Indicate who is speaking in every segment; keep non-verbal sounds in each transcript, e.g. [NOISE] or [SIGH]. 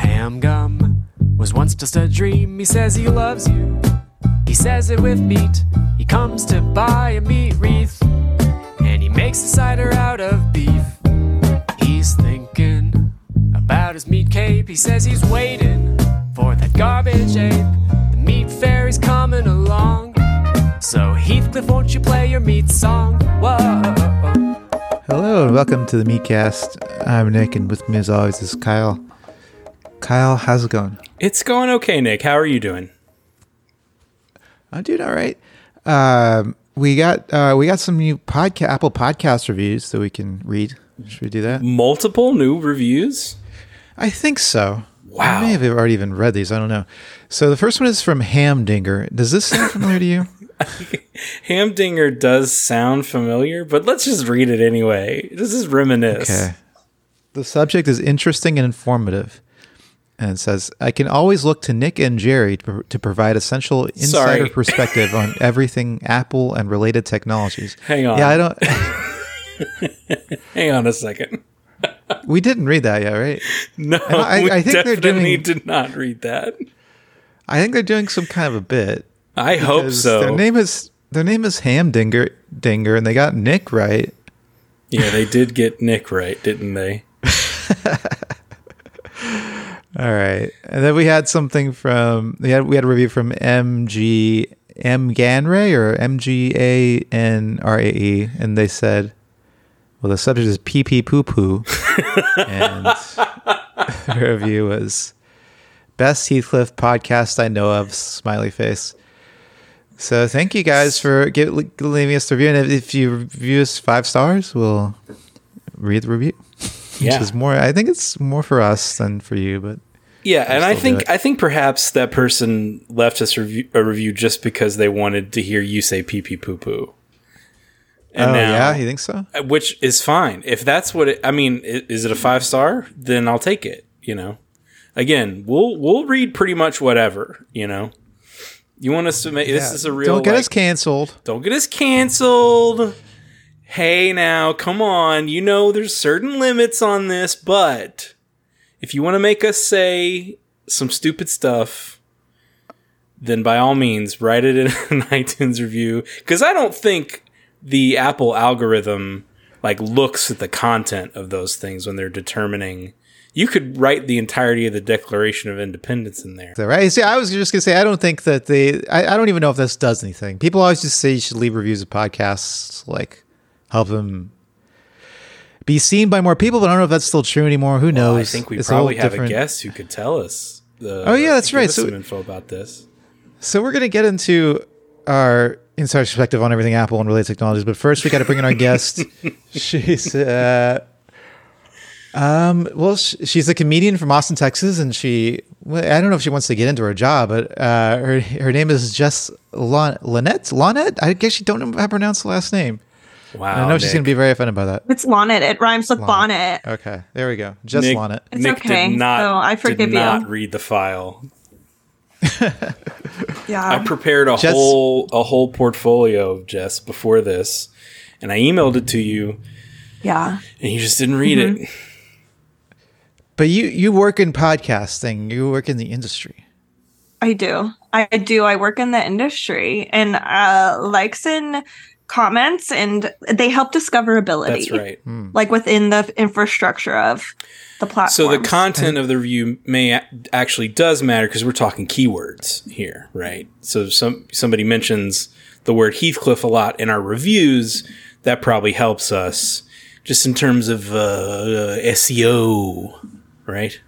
Speaker 1: Sam Gum was once just a dream. He says he loves you. He says it with meat. He comes to buy a meat wreath. And he makes a cider out of beef. He's thinking about his meat cape. He says he's waiting for that garbage ape. The meat fairy's coming along. So Heathcliff, won't you play your meat song? Whoa.
Speaker 2: Hello and welcome to the Meatcast. I'm Nick, and with me as always is Kyle. Kyle, how's it going?
Speaker 3: It's going okay, Nick. How are you doing?
Speaker 2: I'm doing all right. Um, we got uh, we got some new podcast Apple podcast reviews that we can read. Should we do that?
Speaker 3: Multiple new reviews?
Speaker 2: I think so.
Speaker 3: Wow.
Speaker 2: I may have already even read these. I don't know. So the first one is from Hamdinger. Does this sound familiar to [LAUGHS] you?
Speaker 3: Hamdinger does sound familiar, but let's just read it anyway. This is reminisce.
Speaker 2: Okay. The subject is interesting and informative. And it says, I can always look to Nick and Jerry to, pro- to provide essential insider
Speaker 3: Sorry.
Speaker 2: perspective
Speaker 3: [LAUGHS]
Speaker 2: on everything Apple and related technologies.
Speaker 3: Hang on.
Speaker 2: Yeah, I don't. [LAUGHS]
Speaker 3: Hang on a second. [LAUGHS]
Speaker 2: We didn't read that yet, right?
Speaker 3: No,
Speaker 2: I-
Speaker 3: we
Speaker 2: I think they're
Speaker 3: definitely
Speaker 2: doing-
Speaker 3: did not read that.
Speaker 2: I think they're doing some kind of a bit.
Speaker 3: I hope
Speaker 2: 'Cause
Speaker 3: so.
Speaker 2: Their name is their name is Hamdinger Dinger, and they got Nick right.
Speaker 3: yeah, they did get Nick right, didn't they?
Speaker 2: All right, and then we had something from we had we had a review from MG M Ganray or M G A N R A E, and they said, "Well, the subject is pee pee poo poo," and [LAUGHS] the review was best Heathcliff podcast I know of. Smiley face. So thank you guys for give, leaving us the review, and if, if you review us five stars, we'll read the review.
Speaker 3: Yeah.
Speaker 2: Which is more, I think it's more for us than for you, but.
Speaker 3: Yeah, and
Speaker 2: still
Speaker 3: I
Speaker 2: do
Speaker 3: think
Speaker 2: it.
Speaker 3: I think perhaps that person left us review, a review just because they wanted to hear you say pee pee poo poo. And
Speaker 2: oh
Speaker 3: now-
Speaker 2: yeah, you think so?
Speaker 3: uh, which is fine if that's what it, i mean i- is it a five star then i'll take it you know again we'll we'll read pretty much whatever you know you want us to make this
Speaker 2: Yeah.
Speaker 3: is a real
Speaker 2: Don't get
Speaker 3: like,
Speaker 2: us canceled.
Speaker 3: don't get us canceled hey now come on you know there's certain limits on this but if you want to make us say some stupid stuff then by all means write it in [LAUGHS] an itunes review because i don't think the apple algorithm like looks at the content of those things when they're determining you could write the entirety of the declaration of independence in there
Speaker 2: Is that right? See, I was just gonna say I don't think that they. I, I don't even know if this does anything. People always just say you should leave reviews of podcasts, like help them be seen by more people. But I don't know if that's still true anymore. Who knows?
Speaker 3: I think we
Speaker 2: Oh, It's a whole
Speaker 3: probably have
Speaker 2: different-
Speaker 3: a guest who could tell us. The,
Speaker 2: Oh, yeah, that's
Speaker 3: give
Speaker 2: right.
Speaker 3: us
Speaker 2: So-
Speaker 3: some info about this.
Speaker 2: So we're gonna get into our insider perspective on everything Apple and related technologies, but first we got to bring in our guest. she's uh, um, well, sh- she's a comedian from Austin, Texas, and she well, I don't know if she wants to get into her job, but uh, her her name is Jess Lon- Lynette. Lynette, I guess you don't know how to pronounce the last name.
Speaker 3: Wow,
Speaker 2: I know she's gonna be very offended by that.
Speaker 4: It's Lonnet. It rhymes with bonnet.
Speaker 2: Okay, there we go. Jess
Speaker 3: Nick,
Speaker 2: Lynette.
Speaker 4: It's
Speaker 3: Nick
Speaker 4: okay,
Speaker 3: did not.
Speaker 4: so I forgive
Speaker 3: did
Speaker 4: you.
Speaker 3: not read the file. I
Speaker 4: Yeah.
Speaker 3: prepared a
Speaker 2: Jess-
Speaker 3: whole a whole portfolio of Jess before this, and I emailed it to you,
Speaker 4: yeah.
Speaker 3: and you just didn't read
Speaker 4: Mm-hmm.
Speaker 3: it.
Speaker 2: But you you work in podcasting. You work in the industry.
Speaker 4: I do. I do. I work in the industry and uh, likes and comments, and they help discoverability.
Speaker 3: That's
Speaker 2: Hmm.
Speaker 3: right.
Speaker 4: Like within the infrastructure of the platform.
Speaker 3: So the content of the review may a- actually does matter because we're talking keywords here, right? So if some somebody mentions the word Heathcliff a lot in our reviews, that probably helps us just in terms of uh, SEO, right?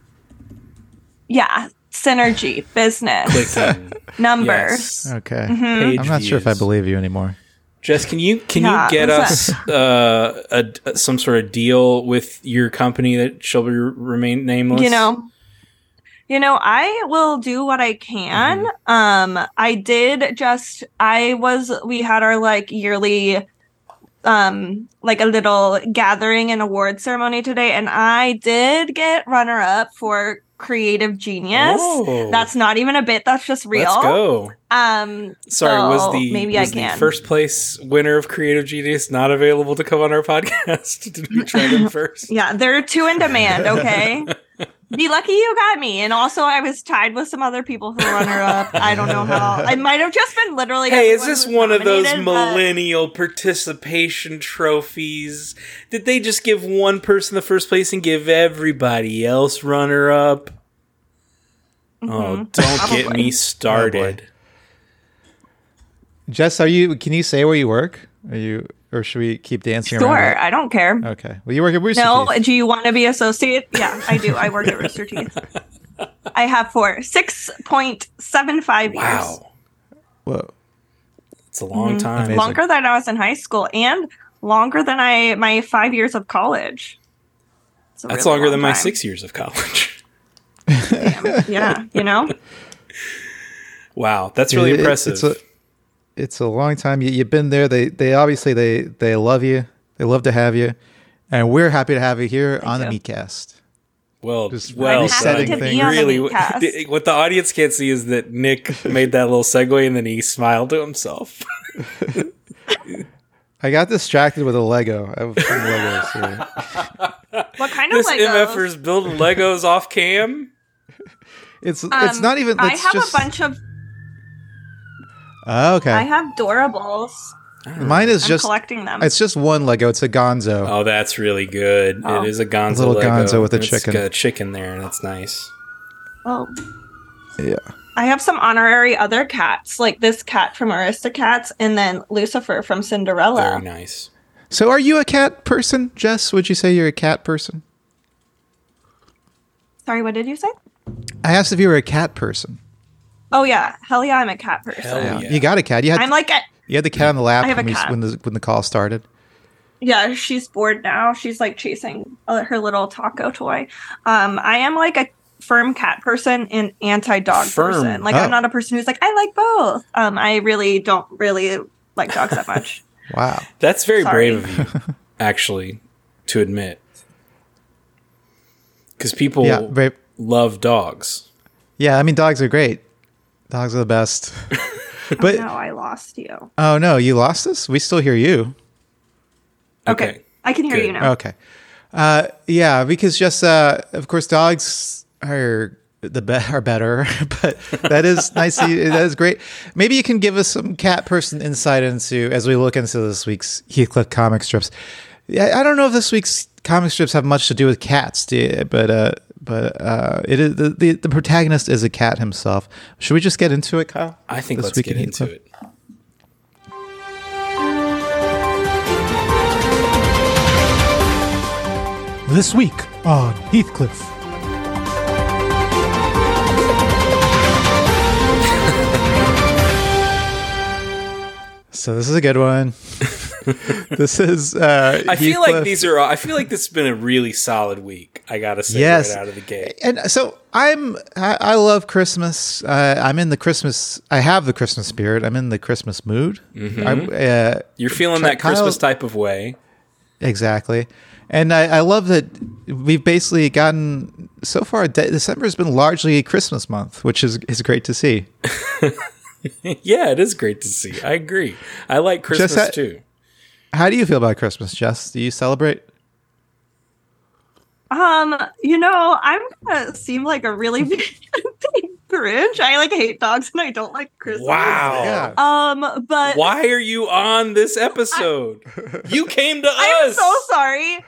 Speaker 4: yeah, synergy, business, [LAUGHS]
Speaker 3: Clicking,
Speaker 4: numbers.
Speaker 2: Okay,
Speaker 3: um, page
Speaker 2: I'm not sure if I
Speaker 3: views.
Speaker 2: believe you anymore.
Speaker 3: Jess, can you can
Speaker 4: Yeah,
Speaker 3: you get
Speaker 4: what's
Speaker 3: us uh, a, a- some sort of deal with your company that shall be, remain nameless?
Speaker 4: you know you know i will do what i can
Speaker 3: Mm-hmm.
Speaker 4: um i did just i was we had our like yearly um like a little gathering and award ceremony today and i did get runner up for creative genius
Speaker 3: Oh.
Speaker 4: that's not even a bit that's just real
Speaker 3: Let's go.
Speaker 4: um
Speaker 3: Sorry,
Speaker 4: so
Speaker 3: was the
Speaker 4: maybe
Speaker 3: was
Speaker 4: i
Speaker 3: the
Speaker 4: can
Speaker 3: first place winner of Creative Genius not available to [LAUGHS]
Speaker 4: [LAUGHS]
Speaker 3: come on our podcast? Did we try them first? [LAUGHS]
Speaker 4: yeah they're two in demand okay Be lucky you got me. And also, I was tied with some other people for runner up. I don't
Speaker 3: [LAUGHS]
Speaker 4: know how. I might have just been literally.
Speaker 3: Hey, is
Speaker 4: everyone
Speaker 3: this
Speaker 4: who was
Speaker 3: one of those
Speaker 4: nominated, but-
Speaker 3: millennial participation trophies? Did they just give one person the first place and give everybody else runner up?
Speaker 4: Mm-hmm.
Speaker 3: Oh, don't get me
Speaker 2: Oh,
Speaker 3: started.
Speaker 2: Jess, are you? Can you say where you work? Are you, or should we keep dancing
Speaker 4: Sure,
Speaker 2: around?
Speaker 4: I don't care.
Speaker 3: Uh,
Speaker 2: it? Okay. Well, you work at Rooster
Speaker 4: No,
Speaker 2: Teeth.
Speaker 4: do you want to be associate? Yeah, I do.
Speaker 3: [LAUGHS]
Speaker 4: I work at Rooster Teeth. I have for six point seven five years. Mm-hmm.
Speaker 3: wow.
Speaker 2: Whoa.
Speaker 3: It's a long time.
Speaker 2: Amazing.
Speaker 4: longer than I was in high school and longer than I my five years of college. It's a
Speaker 3: That's
Speaker 4: really
Speaker 3: longer
Speaker 4: long
Speaker 3: than my
Speaker 4: time.
Speaker 3: six years of college. [LAUGHS]
Speaker 4: Yeah, you know.
Speaker 3: wow, that's really
Speaker 2: It- it-
Speaker 3: impressive.
Speaker 2: It's a, it's a long time. You, you've been there. They they obviously they they love you. They love to have you, and we're happy to have you here on the
Speaker 4: you.
Speaker 2: Meatcast.
Speaker 3: well,
Speaker 2: just
Speaker 3: [LAUGHS] well,
Speaker 2: I'm happy to
Speaker 3: done.
Speaker 2: be on
Speaker 4: the
Speaker 3: really, [LAUGHS]
Speaker 4: Meatcast.
Speaker 3: d- what the audience can't see is that Nick made that little segue and then he smiled to
Speaker 4: [LAUGHS]
Speaker 3: himself.
Speaker 2: I got distracted with a Lego. I have some Legos
Speaker 4: [LAUGHS]
Speaker 2: here.
Speaker 4: What kind of
Speaker 3: this
Speaker 4: Legos?
Speaker 3: MFers building Legos off cam.
Speaker 2: It's it's
Speaker 4: Um,
Speaker 2: not even.
Speaker 4: I
Speaker 2: it's
Speaker 4: have
Speaker 2: just,
Speaker 4: a bunch of.
Speaker 2: Oh, okay.
Speaker 4: I have Dorables.
Speaker 2: Mine is
Speaker 4: I'm
Speaker 2: just.
Speaker 4: collecting them.
Speaker 2: It's just one Lego. It's a Gonzo.
Speaker 3: Oh, that's really good.
Speaker 4: Oh.
Speaker 3: It is a gonzo.
Speaker 2: A little
Speaker 3: Lego.
Speaker 2: gonzo with a
Speaker 3: It's
Speaker 2: chicken.
Speaker 3: got a chicken there, and that's nice.
Speaker 4: Oh,
Speaker 2: Yeah.
Speaker 4: I have some honorary other cats, like this cat from Aristocats, and then Lucifer from Cinderella.
Speaker 3: Very nice.
Speaker 2: So, are you a cat person, Jess? Would you say you're a cat person?
Speaker 4: Sorry, what did you say?
Speaker 2: I asked if you were a cat person.
Speaker 4: Oh yeah, hell yeah, I'm a cat person.
Speaker 3: Hell yeah.
Speaker 2: You got a cat. You had
Speaker 4: I'm like a,
Speaker 2: you had the cat on the lap
Speaker 4: I have
Speaker 2: when,
Speaker 4: a
Speaker 2: we,
Speaker 4: cat.
Speaker 2: when the when the call started.
Speaker 4: yeah she's bored now she's like chasing uh, her little taco toy um i am like a firm cat person and anti-dog
Speaker 3: Firm.
Speaker 4: person like
Speaker 2: Oh.
Speaker 4: i'm not a person who's like i like both um i really don't really like dogs that much
Speaker 2: Wow.
Speaker 3: That's very
Speaker 4: Sorry.
Speaker 3: brave of
Speaker 4: [LAUGHS]
Speaker 3: you, actually, to admit. Because people
Speaker 2: Yeah. Very,
Speaker 3: love dogs.
Speaker 2: yeah. I mean, dogs are great. Dogs are the
Speaker 4: [LAUGHS]
Speaker 2: best. but
Speaker 4: no i lost you
Speaker 2: oh no, you lost us. We still hear you.
Speaker 4: okay, i can hear
Speaker 3: Good.
Speaker 4: you now
Speaker 2: Okay. Uh, yeah, because just uh, of course, dogs are the be- [LAUGHS] are better, but that is nice. to- that is great. Maybe you can give us some cat person insight into as we look into this week's Heathcliff comic strips. Yeah, I don't know if this week's comic strips have much to do with cats, do you? but uh, but uh, it is the, the the protagonist is a cat himself. Should we just get into it, Kyle?
Speaker 3: I think
Speaker 2: This
Speaker 3: let's
Speaker 2: week
Speaker 3: get
Speaker 2: in
Speaker 3: into
Speaker 2: Heathcliff.
Speaker 3: it.
Speaker 5: This week on Heathcliff.
Speaker 2: So this is a good one. [LAUGHS] this is. Uh,
Speaker 3: I feel like
Speaker 2: Heathcliff.
Speaker 3: these are. all- I feel like this has been a really solid week. I gotta say,
Speaker 2: Yes.
Speaker 3: right out of the gate.
Speaker 2: and so I'm I, I love Christmas. Uh, I'm in the Christmas. I have the Christmas spirit. I'm in the Christmas mood.
Speaker 3: Mm-hmm.
Speaker 2: I'm, uh,
Speaker 3: You're feeling
Speaker 2: Ch-
Speaker 3: that Christmas
Speaker 2: Kyle-
Speaker 3: type of way. [LAUGHS]
Speaker 2: exactly, and I, I love that we've basically gotten so far. De- December has been largely Christmas month, which is is great to see.
Speaker 3: yeah, it is great to see. I agree. I like Christmas
Speaker 2: that-
Speaker 3: too.
Speaker 2: How do you feel about Christmas, Jess? Do you celebrate?
Speaker 4: um you know i'm gonna seem like a really [LAUGHS] big, big grinch i like hate dogs and i don't like christmas
Speaker 3: Wow.
Speaker 4: um but
Speaker 3: Why are you on
Speaker 2: [LAUGHS]
Speaker 3: this episode? you came to
Speaker 4: I'm
Speaker 3: us.
Speaker 4: so sorry.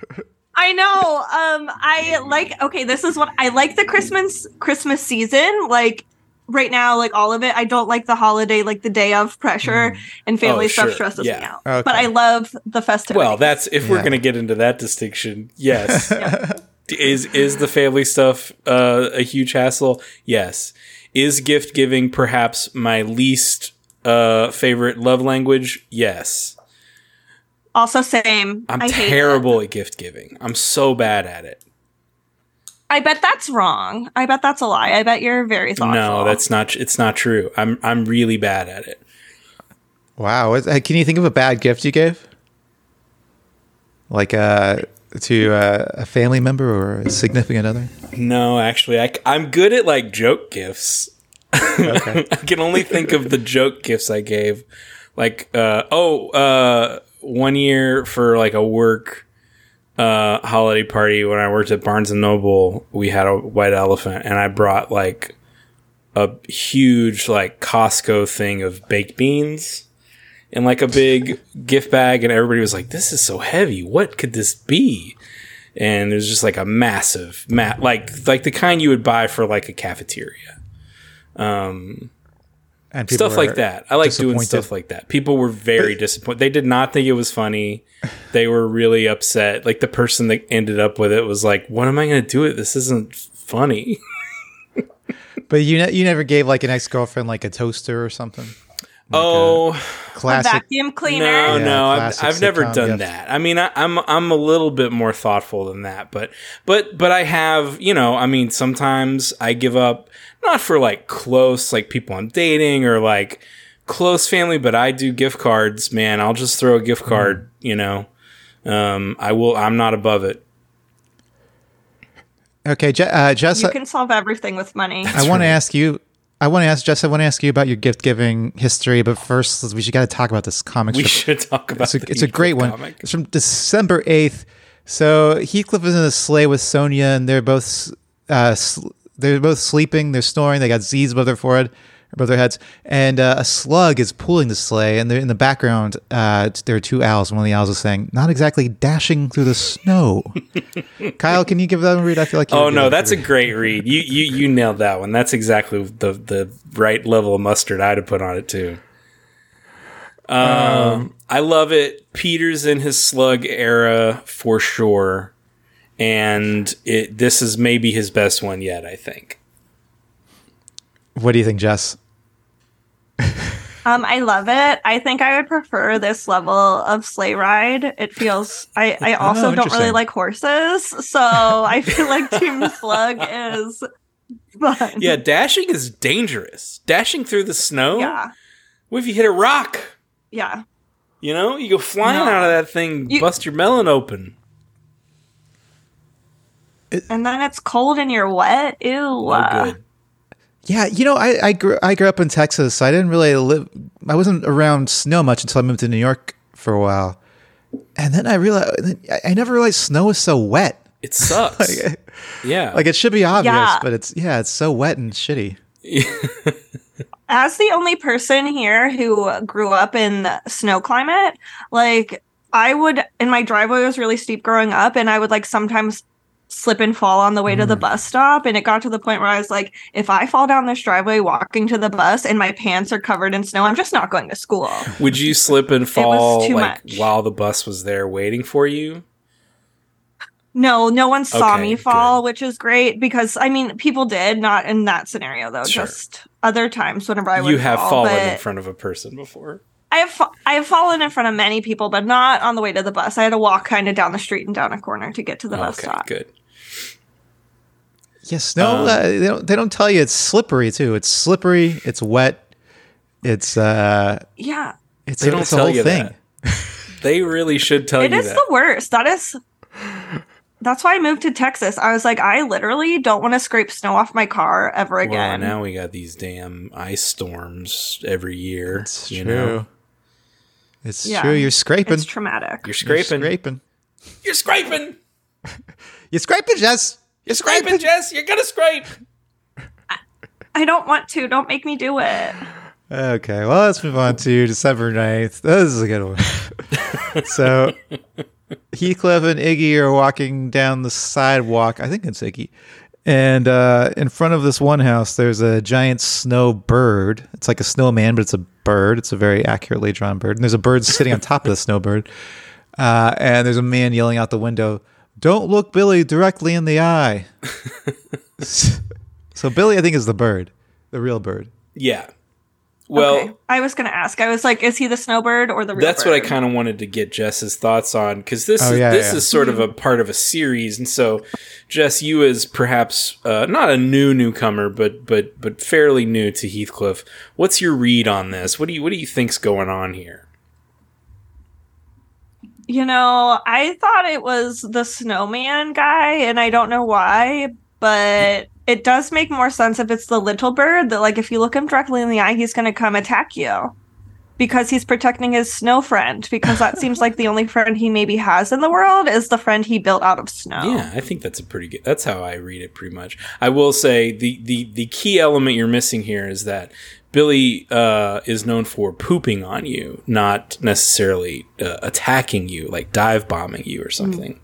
Speaker 4: I know. Um, I like. Okay, this is what I like the Christmas Christmas season. Like right now, like all of it. I don't like the holiday, like the day of pressure and family
Speaker 3: Oh,
Speaker 4: stuff
Speaker 3: sure.
Speaker 4: stresses me
Speaker 3: Yeah.
Speaker 4: out.
Speaker 2: Okay.
Speaker 4: But I love the festivity.
Speaker 3: Well, that's if we're
Speaker 2: Yeah.
Speaker 3: going to get into that distinction.
Speaker 2: [LAUGHS]
Speaker 3: Yes. Is is the family stuff uh, a huge hassle? Yes. Is gift giving perhaps my least uh, favorite love language? Yes.
Speaker 4: also same.
Speaker 3: I'm
Speaker 4: I hate it.
Speaker 3: terrible at gift giving. I'm so bad at it.
Speaker 4: I bet that's wrong. I bet that's a lie. I bet you're very thoughtful.
Speaker 3: No, that's not. It's not true. I'm I'm really bad at it.
Speaker 2: Wow. Is- uh, Can you think of a bad gift you gave? Like uh, to uh, a family member or a significant other?
Speaker 3: No, actually, I, am good at like joke gifts. [LAUGHS] I can only think of the joke gifts I gave. Like, uh, oh, uh, one year for like a work uh, holiday party when I worked at Barnes and Noble, we had a white elephant, and I brought like a huge like Costco thing of baked beans in like a big gift bag, and everybody was like, "This is so heavy. What could this be?" And it was just like a massive mat, like like the kind you would buy for like a cafeteria, um,
Speaker 2: and people
Speaker 3: [LAUGHS] stuff
Speaker 2: are
Speaker 3: like that. I like doing
Speaker 2: disappointed.
Speaker 3: stuff like that. People were very disappointed. They did not think it was funny. They were really upset. Like the person that ended up with it was like, "What am I going to do? It this isn't funny."
Speaker 2: But you ne- you never gave like an ex girlfriend like a toaster or something.
Speaker 3: oh.
Speaker 4: A
Speaker 2: Classic.
Speaker 4: vacuum
Speaker 3: No,
Speaker 4: cleaner.
Speaker 2: Yeah,
Speaker 3: no, I've,
Speaker 2: classic
Speaker 3: I've never
Speaker 2: sitcom
Speaker 3: done
Speaker 2: gift.
Speaker 3: that. I mean, I, I'm I'm a little bit more thoughtful than that, but but but I have, you know, I mean, sometimes I give up not for like close like people I'm dating or like close family, but I do gift cards. Man, I'll just throw a gift
Speaker 2: Mm-hmm.
Speaker 3: card. You know, um, I will. I'm not above it.
Speaker 2: Okay, Je- uh, Jess,
Speaker 4: You can solve everything with money.
Speaker 2: I want to ask you. I want to ask Jess. I want to ask you about your gift giving history, but first let's- we should got to talk about this comic
Speaker 3: We
Speaker 2: strip.
Speaker 3: should talk about.
Speaker 2: It's a,
Speaker 3: the
Speaker 2: it's a great
Speaker 3: Heathcliff
Speaker 2: one.
Speaker 3: comic.
Speaker 2: It's from December eighth. So Heathcliff is in a sleigh with Sonia, and they're both uh, sl- they're both sleeping. They're snoring. They got Z's above their forehead, above their heads, and uh, a slug is pulling the sleigh. And they're in the background. Uh, t- there are two owls. One of the owls is saying, "Not exactly dashing through the
Speaker 3: [LAUGHS]
Speaker 2: snow." Kyle, can you give that a read? I feel like you
Speaker 3: Oh
Speaker 2: would give
Speaker 3: no,
Speaker 2: that
Speaker 3: that's a great read. You you you nailed that one. That's exactly the the right level of mustard I'd have put on it too. Um, I love it. Peter's in his slug era for sure, and it this is maybe his best one yet. I think.
Speaker 2: What do you think, Jess?
Speaker 4: Um, I love it. I think I would prefer this level of sleigh ride. It feels I,
Speaker 3: Oh,
Speaker 4: I also don't really
Speaker 2: interesting.
Speaker 4: like horses, so [LAUGHS] I feel like Team Slug is fun.
Speaker 3: Yeah, dashing is dangerous. Dashing through the snow.
Speaker 4: Yeah.
Speaker 3: What if you hit a rock?
Speaker 4: Yeah.
Speaker 3: You know, you go flying
Speaker 4: No.
Speaker 3: out of that thing,
Speaker 4: You-
Speaker 3: bust your melon open.
Speaker 4: And then it's cold and you're wet. Ew.
Speaker 3: Oh, good.
Speaker 2: Yeah, you know, I I grew, I grew up in Texas. So I didn't really live. I wasn't around snow much until I moved to New York for a while, and then I realized I- I never realized snow is so wet.
Speaker 3: It sucks. yeah.
Speaker 2: Like it should be obvious,
Speaker 4: Yeah.
Speaker 2: but it's yeah, it's so wet and shitty.
Speaker 4: as the only person here who grew up in snow climate, like I would, and my driveway was really steep growing up, and I would like sometimes slip and fall on the way
Speaker 3: Mm.
Speaker 4: to the bus stop. And it got to the point where I was like, if I fall down this driveway walking to the bus and my pants are covered in snow, I'm just not going
Speaker 3: [LAUGHS]
Speaker 4: to school.
Speaker 3: Would you slip
Speaker 4: [LAUGHS]
Speaker 3: and fall
Speaker 4: too
Speaker 3: like
Speaker 4: much.
Speaker 3: while the bus was there waiting for you?
Speaker 4: No, no one saw
Speaker 3: Okay,
Speaker 4: me fall,
Speaker 3: good.
Speaker 4: which is great because I mean, people did, not in that scenario though,
Speaker 3: Sure.
Speaker 4: just other times whenever I would
Speaker 3: you have
Speaker 4: fall,
Speaker 3: fallen in
Speaker 4: but-
Speaker 3: front of a person before.
Speaker 4: I have fa- I have fallen in front of many people, but not on the way to the bus. I had to walk kind of down the street and down a corner to get to the bus
Speaker 3: okay,
Speaker 4: stop.
Speaker 3: good.
Speaker 2: Yeah, snow. uh, they don't they don't tell you it's slippery too. It's slippery. It's wet. It's uh,
Speaker 4: Yeah,
Speaker 2: it's
Speaker 3: They
Speaker 2: a,
Speaker 3: don't
Speaker 2: it's a
Speaker 3: tell
Speaker 2: whole
Speaker 3: you
Speaker 2: thing.
Speaker 3: that. They really should tell
Speaker 4: it
Speaker 3: you
Speaker 4: is
Speaker 3: that.
Speaker 4: the worst.
Speaker 3: [LAUGHS]
Speaker 4: That is. That's why I moved to Texas. I was like, I literally don't want to scrape snow off my car ever
Speaker 3: well,
Speaker 4: again.
Speaker 3: now we got these damn ice storms every year.
Speaker 2: It's
Speaker 3: you
Speaker 2: true.
Speaker 3: know,
Speaker 2: It's
Speaker 4: Yeah.
Speaker 2: true. You're scraping.
Speaker 4: it's traumatic.
Speaker 3: you're
Speaker 2: You're
Speaker 3: scraping. You're,
Speaker 2: scraping.
Speaker 3: scraping.
Speaker 2: You're scraping, Jess. You're
Speaker 4: [LAUGHS]
Speaker 3: Scraping, Jess. You're gonna scrape.
Speaker 4: I don't want to. Don't make me do it.
Speaker 2: Okay, well, let's move on to December 9th. This is a good one. so, Heathcliff and Iggy are walking down the sidewalk. I think it's Iggy. And uh, in front of this one house, there's a giant snow bird. It's like a snowman, but it's a bird. It's a very accurately drawn bird. And there's a bird sitting on top of the snowbird. Uh, and there's a man yelling out the window, Don't look Billy directly in the eye. [LAUGHS] so, Billy, I think, is the bird, the real bird.
Speaker 3: Yeah. Well,
Speaker 4: okay. I was gonna ask. I was like, is he the snowbird or the? Real
Speaker 3: that's what I
Speaker 4: bird?
Speaker 3: kind of wanted to get Jess's thoughts on because this
Speaker 2: Oh,
Speaker 3: is
Speaker 2: yeah,
Speaker 3: this
Speaker 2: yeah.
Speaker 3: is sort of a part of a series, and so Jess, you as perhaps uh, not a new newcomer, but but but fairly new to Heathcliff. What's your read on this? What do you what do you think's going on here?
Speaker 4: You know, I thought it was the snowman guy, and I don't know why, but it does make more sense if it's the little bird that, like, if you look him directly in the eye, he's going to come attack you. because he's protecting his snow friend because that seems like the
Speaker 3: [LAUGHS]
Speaker 4: only friend he maybe has in the world is the friend he built out of snow.
Speaker 3: Yeah, I think that's a pretty good. That's how I read it pretty much. I will say the the the key element you're missing here is that Billy uh, is known for pooping on you, not necessarily uh, attacking you, like dive bombing you or something.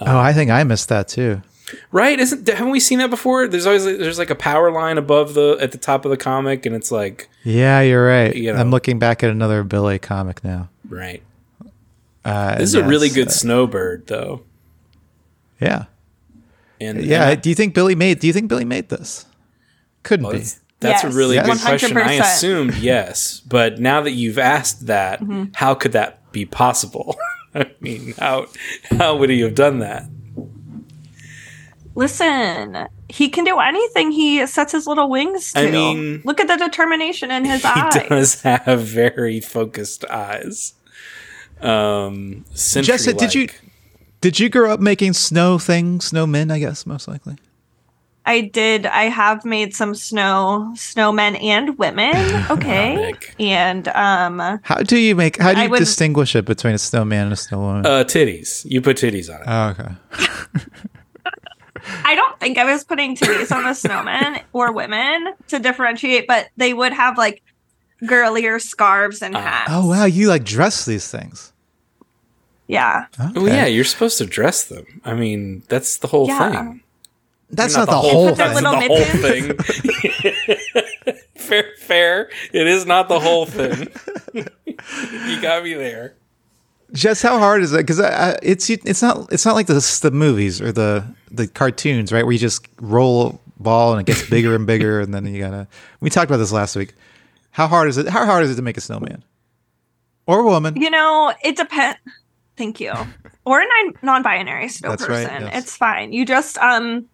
Speaker 2: oh, I think I missed that too.
Speaker 3: Right? Isn't haven't we seen that before? There's always there's like a power line above the at the top of the comic, and it's like
Speaker 2: Yeah, you're right.
Speaker 3: You know.
Speaker 2: I'm looking back at another Billy comic now.
Speaker 3: right.
Speaker 2: Uh,
Speaker 3: This is a
Speaker 2: and
Speaker 3: really
Speaker 2: that's,
Speaker 3: good
Speaker 2: uh,
Speaker 3: snowbird though,
Speaker 2: yeah,
Speaker 3: and
Speaker 2: yeah.
Speaker 3: and
Speaker 2: do you think Billy made? Do you think Billy made this? Couldn't be.
Speaker 3: that's, that's
Speaker 4: Yes.
Speaker 3: a really
Speaker 2: Yes.
Speaker 3: good question. I
Speaker 4: 100%.
Speaker 3: assumed yes, but now that you've asked that, how could that be possible? [LAUGHS] I mean, how how would he have done that?
Speaker 4: Listen, he can do anything he sets his little wings to.
Speaker 3: I mean-
Speaker 4: look at the
Speaker 3: [LAUGHS]
Speaker 4: determination in his
Speaker 3: He
Speaker 4: eyes.
Speaker 3: does have very focused eyes. Um,
Speaker 2: Jessica,
Speaker 3: Jessica,
Speaker 2: did you did you grow up making snow things, snowmen? I guess most likely.
Speaker 4: I did. I have made some snow snowmen and women. Okay,
Speaker 3: Nick.
Speaker 4: and um,
Speaker 2: How do you make? How do
Speaker 4: I
Speaker 2: you
Speaker 4: would-
Speaker 2: distinguish it between a snowman and a snowwoman?
Speaker 3: Uh, titties. You put titties on it.
Speaker 2: oh, okay.
Speaker 4: I don't think I was putting titties on the [LAUGHS] snowmen or women to differentiate, but they would have like girlier scarves and hats.
Speaker 2: Oh wow, you like dress these things.
Speaker 4: yeah.
Speaker 2: Okay.
Speaker 3: Well, yeah, you're supposed to dress them. I mean, that's the whole
Speaker 4: Yeah.
Speaker 3: thing.
Speaker 2: that's not, the whole
Speaker 4: Put their
Speaker 2: thing.
Speaker 4: little-
Speaker 3: thing. [LAUGHS] fair, fair. It is not the whole thing. [LAUGHS] you got me there.
Speaker 2: Jess, how hard is it? Because I, I, it's it's not it's not like the the movies or the the cartoons, right? Where you just roll a ball and it gets bigger and bigger, and then you gotta. We talked about this last week. How hard is it? How hard is it to make a snowman or a woman?
Speaker 4: [LAUGHS] You know, it depends. Thank
Speaker 2: [LAUGHS]
Speaker 4: you. Or a non- non-binary snow
Speaker 2: That's right,
Speaker 4: person.
Speaker 2: yes.
Speaker 4: It's fine. You just um,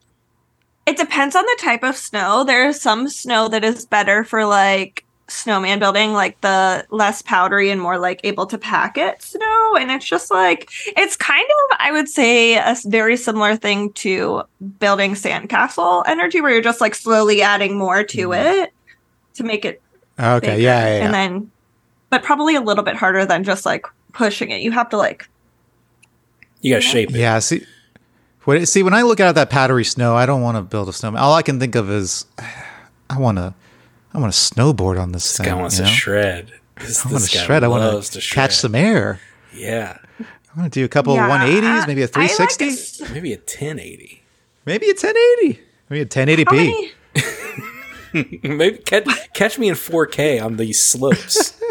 Speaker 4: it depends on the type of snow. There's some snow that is better for like snowman building, like the less powdery and more like able to pack it snow. And it's just like it's kind of, I would say, a s- very similar thing to building sandcastle energy, where you're just like slowly adding more to
Speaker 2: Mm-hmm.
Speaker 4: it to make it
Speaker 2: Okay,
Speaker 4: bigger,
Speaker 2: yeah, yeah, yeah.
Speaker 4: And then, but probably a little bit harder than just like pushing it. You have to like,
Speaker 3: You got to shape it.
Speaker 2: Yeah, see, what, see, when I look out at that powdery snow, I don't want to build a snowman. All I can think of is, I want to, I want to snowboard on this
Speaker 3: This
Speaker 2: thing.
Speaker 3: guy wants
Speaker 2: you know?
Speaker 3: to shred. This,
Speaker 2: I want
Speaker 3: this
Speaker 2: to
Speaker 3: guy
Speaker 2: shred. I want
Speaker 3: loves
Speaker 2: to
Speaker 3: shred.
Speaker 2: catch some air.
Speaker 3: Yeah,
Speaker 2: I want to do a couple
Speaker 4: yeah,
Speaker 2: 180s, maybe a
Speaker 4: I like
Speaker 2: 360,
Speaker 4: it s-
Speaker 3: maybe a 1080.
Speaker 2: maybe a 1080, maybe a 1080p.
Speaker 4: How many?
Speaker 3: Maybe catch, catch me in 4K on these slopes.
Speaker 2: [LAUGHS]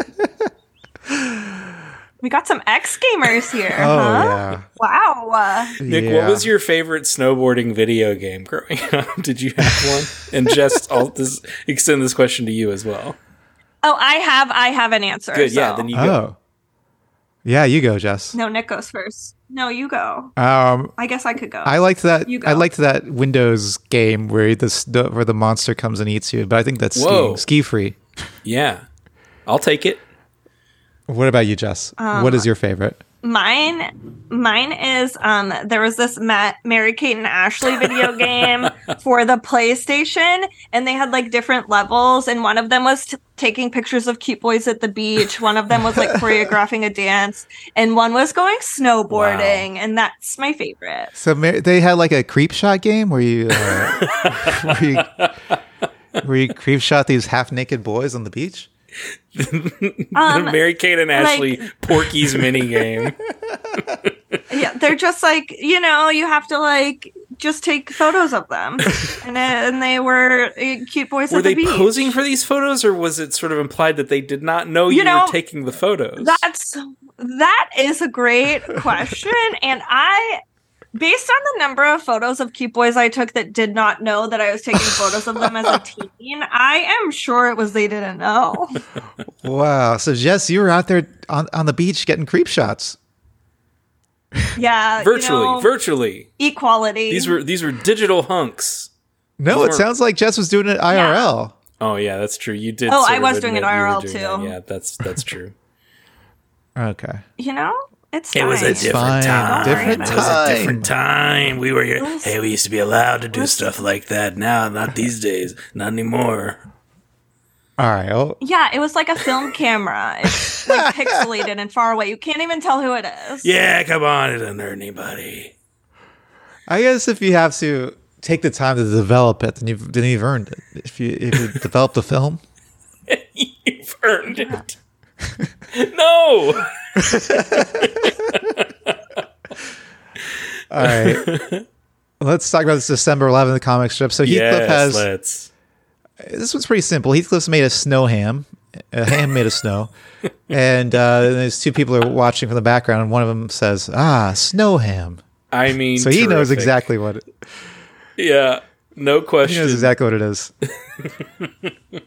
Speaker 4: We got some ex
Speaker 2: [LAUGHS]
Speaker 4: gamers here.
Speaker 2: Oh
Speaker 4: huh?
Speaker 2: yeah.
Speaker 4: Wow. Uh,
Speaker 3: Nick,
Speaker 2: Yeah.
Speaker 3: what was your favorite snowboarding video game growing [LAUGHS] up? Did you have one? And just I'll this, extend this question to you as well.
Speaker 4: oh, I have. I have an answer.
Speaker 3: Good, yeah.
Speaker 4: so-
Speaker 3: Then you
Speaker 2: Oh.
Speaker 3: go.
Speaker 2: Yeah, you go, Jess.
Speaker 4: no, Nick goes first. No, you go.
Speaker 2: Um,
Speaker 4: I guess I could go.
Speaker 2: I liked that.
Speaker 4: You go.
Speaker 2: I liked that Windows game where the sn- where the monster comes and eats you. But I think that's skiing,
Speaker 3: Whoa.
Speaker 2: ski free.
Speaker 3: Yeah, I'll take it.
Speaker 2: What about you, Jess? what
Speaker 4: Um,
Speaker 2: is your favorite?
Speaker 4: mine mine is um there was this Matt, mary kate and ashley
Speaker 3: [LAUGHS]
Speaker 4: video game for the playstation and they had like different levels and one of them was t- taking pictures of cute boys at the beach one of them was like choreographing a dance and one was going snowboarding and that's my favorite
Speaker 2: So Mar- they had like a creep shot game where you, uh,
Speaker 3: [LAUGHS]
Speaker 2: where you where you creep shot these half naked boys on the beach.
Speaker 4: um
Speaker 3: Mary Kate and Ashley
Speaker 4: [LAUGHS]
Speaker 3: Porky's mini game.
Speaker 4: yeah they're just like you know you have to like just take photos of them
Speaker 3: [LAUGHS]
Speaker 4: and, and they were uh, cute boys
Speaker 3: Were
Speaker 4: at the
Speaker 3: they
Speaker 4: beach
Speaker 3: posing for these photos, or was it sort of implied that they did not know you,
Speaker 4: You know,
Speaker 3: were taking the photos?
Speaker 4: That's that is
Speaker 3: [LAUGHS]
Speaker 4: a great question, and I, based on the number of photos of cute boys I took that did not know that I was taking photos of them as
Speaker 3: [LAUGHS]
Speaker 4: a teen, I am sure it was they didn't know.
Speaker 2: Wow. So Jess, you were out there on, on the beach getting creep shots.
Speaker 4: Yeah, you
Speaker 3: virtually,
Speaker 4: know,
Speaker 3: virtually.
Speaker 4: equality.
Speaker 3: These were these were digital hunks.
Speaker 2: No,
Speaker 3: Those
Speaker 2: it
Speaker 3: weren't-
Speaker 2: sounds like Jess was doing it IRL.
Speaker 3: Oh yeah, that's true. You did.
Speaker 4: Oh,
Speaker 3: sort
Speaker 4: I
Speaker 3: of
Speaker 4: was doing
Speaker 3: admit
Speaker 4: it
Speaker 3: you were
Speaker 4: IRL
Speaker 3: doing that.
Speaker 4: too.
Speaker 3: Yeah, that's that's
Speaker 4: [LAUGHS]
Speaker 3: true.
Speaker 2: Okay.
Speaker 4: you know, it's
Speaker 3: It was a
Speaker 4: fine.
Speaker 3: different
Speaker 2: Fine.
Speaker 3: time.
Speaker 2: Different
Speaker 3: It was a different
Speaker 2: time.
Speaker 3: time. We were here.
Speaker 4: Listen.
Speaker 3: Hey, we used to be allowed to do stuff like that. Now, not these days. Not anymore.
Speaker 2: All right. Well,
Speaker 4: Yeah, it was like a film camera.
Speaker 3: [LAUGHS]
Speaker 4: It's like pixelated and far away. You can't even tell who it is.
Speaker 3: Yeah, come on, it doesn't hurt anybody.
Speaker 2: I guess if you have to take the time to develop it, then you've then you've earned it. If you if you
Speaker 3: [LAUGHS]
Speaker 2: develop the film,
Speaker 3: You've earned it. [LAUGHS] no.
Speaker 2: all right.
Speaker 3: [LAUGHS]
Speaker 2: Let's talk about this December 11th comic strip. So Heathcliff
Speaker 3: Yes,
Speaker 2: has
Speaker 3: let's.
Speaker 2: this one's pretty simple. Heathcliff's made a snow ham, a ham made of
Speaker 3: [LAUGHS]
Speaker 2: snow, and uh, there's two people are watching from the background, and one of them says, "Ah, snow ham."
Speaker 3: I mean,
Speaker 2: So he knows
Speaker 3: terrific.
Speaker 2: exactly what it,
Speaker 3: Yeah, no
Speaker 2: he
Speaker 3: question.
Speaker 2: knows exactly what it is.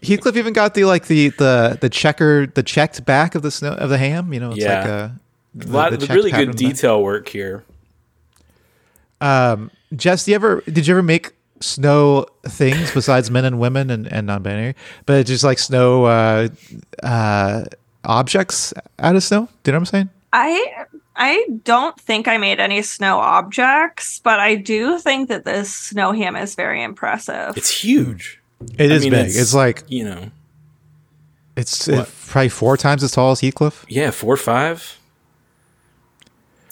Speaker 2: Heathcliff even got the like the the the checker the checked back of the snow of the ham. You know, it's
Speaker 3: Yeah.
Speaker 2: like a the,
Speaker 3: a lot
Speaker 2: the
Speaker 3: of
Speaker 2: checked
Speaker 3: really
Speaker 2: pattern
Speaker 3: good
Speaker 2: of that.
Speaker 3: detail work here.
Speaker 2: Jess, do you ever did you ever make snow things besides men and women and, and non-binary, but just like snow uh, uh, objects out of snow? Do you know what I'm saying?
Speaker 4: I I don't think I made any snow objects, but I do think that this snow ham is very impressive.
Speaker 3: It's huge.
Speaker 2: It
Speaker 3: I
Speaker 2: is
Speaker 3: mean,
Speaker 2: big. It's, like
Speaker 3: you know,
Speaker 2: it's uh, probably four times as tall as Heathcliff.
Speaker 3: yeah, four or five.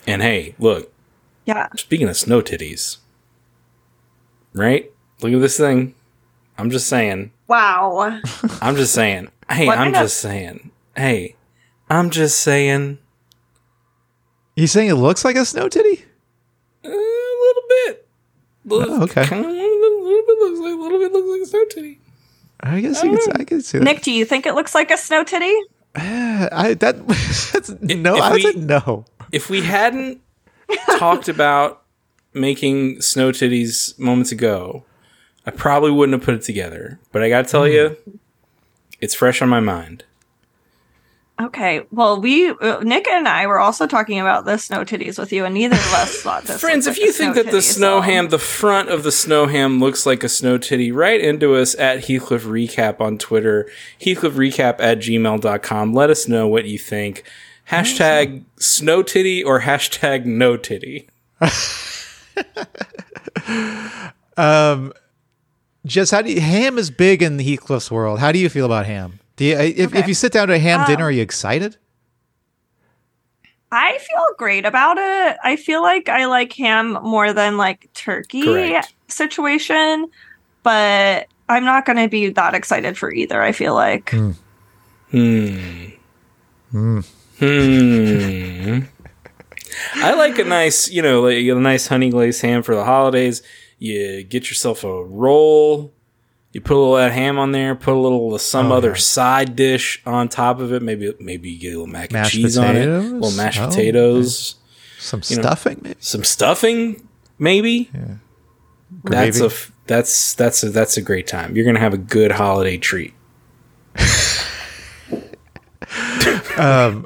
Speaker 3: And hey, look.
Speaker 4: Yeah.
Speaker 3: Speaking of snow titties, right? Look at this thing. I'm just saying.
Speaker 4: Wow.
Speaker 3: I'm just saying. Hey,
Speaker 4: What
Speaker 3: I'm
Speaker 4: kind of-
Speaker 3: just saying. Hey, I'm just saying.
Speaker 2: You saying it looks like a snow titty?
Speaker 3: Uh, a little bit.
Speaker 2: Oh, okay.
Speaker 3: Kind of, a little, little bit looks like a little bit looks like a snow titty.
Speaker 2: I guess you could. I could see that.
Speaker 4: Nick, do you think it looks like a snow titty?
Speaker 2: I, that [LAUGHS] that's no.
Speaker 3: if
Speaker 2: I would
Speaker 3: we-
Speaker 2: say no.
Speaker 3: if we hadn't talked about making snow titties moments ago, I probably wouldn't have put it together. But I gotta tell
Speaker 2: Hmm.
Speaker 3: you, it's fresh on my mind.
Speaker 4: Okay. Well, we uh, Nick and I were also talking about the snow titties with you, and neither of us thought
Speaker 3: [LAUGHS]
Speaker 4: this.
Speaker 3: Friends, if
Speaker 4: looked like
Speaker 3: you
Speaker 4: a
Speaker 3: think
Speaker 4: snow
Speaker 3: that the
Speaker 4: titty, so-
Speaker 3: snow ham, the front of the snow ham looks like a snow titty, write into us at Heathcliff Recap on Twitter, Heathcliff Recap at gmail.com. Let us know what you think. Hashtag snow titty or hashtag no titty.
Speaker 2: Just how do you, ham is big in Heathcliff's world? How do you feel about ham? Do you, if, if
Speaker 4: Okay.
Speaker 2: you sit down to a ham dinner, are you excited?
Speaker 4: I feel great about it. I feel like I like ham more than like turkey
Speaker 3: Correct.
Speaker 4: situation, but I'm not going to be that excited for either. I feel like
Speaker 2: Hmm, Mm.
Speaker 3: [LAUGHS] I like a nice, you know, like a nice honey glazed ham for the holidays. You get yourself a roll. You put a little of that ham on there. Put a little of
Speaker 2: Oh,
Speaker 3: some other side dish on top of it. Maybe maybe you get a little mac
Speaker 2: Mashed
Speaker 3: and cheese on it.
Speaker 2: potatoes?
Speaker 3: Little mashed
Speaker 2: Oh,
Speaker 3: potatoes.
Speaker 2: Some
Speaker 3: know,
Speaker 2: stuffing, maybe.
Speaker 3: Some stuffing, maybe. That's a
Speaker 2: Gravy?
Speaker 3: f- that's that's a, that's a great time. You're gonna have a good holiday treat.
Speaker 2: Ha-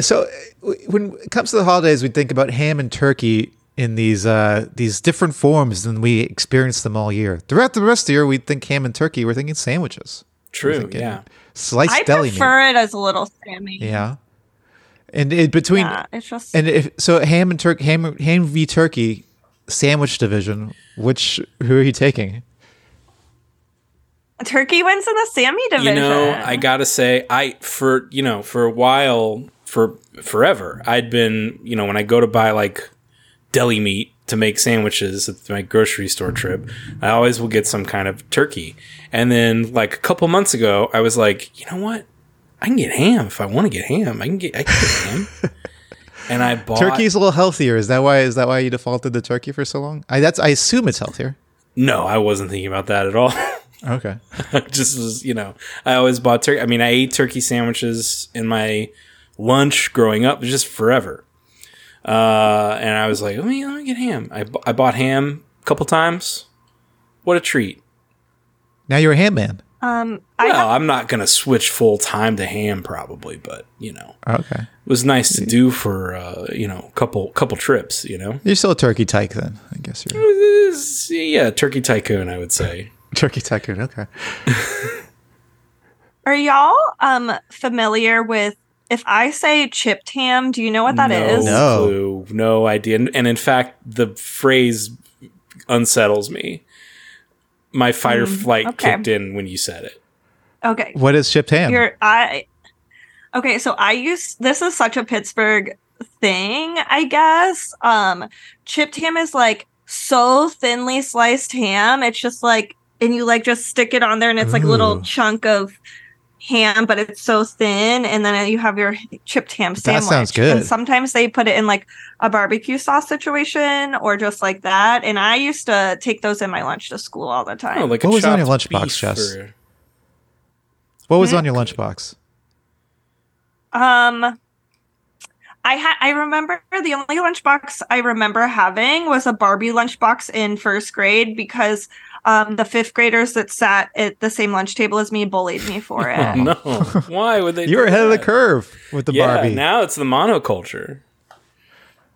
Speaker 2: so uh, w- when it comes to the holidays, we think about ham and turkey in these uh, these different forms than we experience them all year. Throughout the rest of the year, we think ham and turkey. We're thinking sandwiches,
Speaker 3: True. Yeah.
Speaker 2: sliced
Speaker 4: I
Speaker 2: deli meat.
Speaker 4: prefer it as a little Sammy.
Speaker 2: Yeah, and it, between
Speaker 4: Yeah, it's just
Speaker 2: and if so, ham and turkey, ham ham v turkey sandwich division. Which who are you taking?
Speaker 4: turkey wins in the Sammy [LAUGHS] division.
Speaker 3: You know, I gotta say, I for you know for a while, for forever, I'd been you know when I go to buy like deli meat to make sandwiches at my grocery store trip, I always will get some kind of turkey. And then like a couple months ago, I was like, you know what, I can get ham if I want to get ham. I can get I can get ham. And I bought
Speaker 2: Turkey's a little healthier. Is that why? Is that why you defaulted to turkey for so long? I that's I assume it's healthier.
Speaker 3: No, I wasn't thinking about that at all. [LAUGHS]
Speaker 2: Okay.
Speaker 3: just was you know i always bought turkey i mean i ate turkey sandwiches in my lunch growing up just forever uh, and i was like let me, let me get ham I, bu- I bought ham a couple times what a treat
Speaker 2: Now you're a ham man.
Speaker 4: um, I
Speaker 3: well
Speaker 4: have,
Speaker 3: i'm not gonna switch full time to ham probably but you know
Speaker 2: Okay.
Speaker 3: it was nice to do for uh, you know a couple couple trips you know
Speaker 2: You're still a turkey tyke then. I guess you're.
Speaker 3: This is- yeah turkey tycoon i would say
Speaker 2: [LAUGHS] Turkey tycoon. Okay.
Speaker 4: are y'all um familiar with? If I say chipped ham, do you know what that is?
Speaker 2: No.
Speaker 3: clue, no idea. And, and in fact, the phrase unsettles me. My fight or flight
Speaker 4: Hmm, okay.
Speaker 3: kicked in when you said it.
Speaker 4: Okay.
Speaker 2: What is shipped ham?
Speaker 4: You're I Okay, so I use this is such a Pittsburgh thing, I guess. Um chipped ham is like so thinly sliced ham. It's just like and you like just stick it on there and it's like a little
Speaker 2: Ooh.
Speaker 4: chunk of ham, but it's so thin and then you have your chipped ham
Speaker 2: That
Speaker 4: sandwich.
Speaker 2: sounds
Speaker 4: And
Speaker 2: good.
Speaker 4: sometimes they put it in like a barbecue sauce situation or just like that. And I used to take those in my lunch to school all the time.
Speaker 3: Oh, like
Speaker 2: What
Speaker 3: a
Speaker 2: was on your
Speaker 3: chopped
Speaker 2: lunchbox,
Speaker 3: beef
Speaker 2: Jess?
Speaker 3: or-
Speaker 2: what was on your lunchbox?
Speaker 4: Um, I had I remember the only lunchbox I remember having was a Barbie lunchbox in first grade because um the fifth graders that sat at the same lunch table as me bullied
Speaker 2: [LAUGHS]
Speaker 4: me for
Speaker 3: Oh,
Speaker 4: it.
Speaker 3: no. Why would they?
Speaker 2: You were
Speaker 3: do
Speaker 2: ahead of the
Speaker 3: that?
Speaker 2: curve with the
Speaker 3: yeah,
Speaker 2: Barbie.
Speaker 3: now it's the monoculture.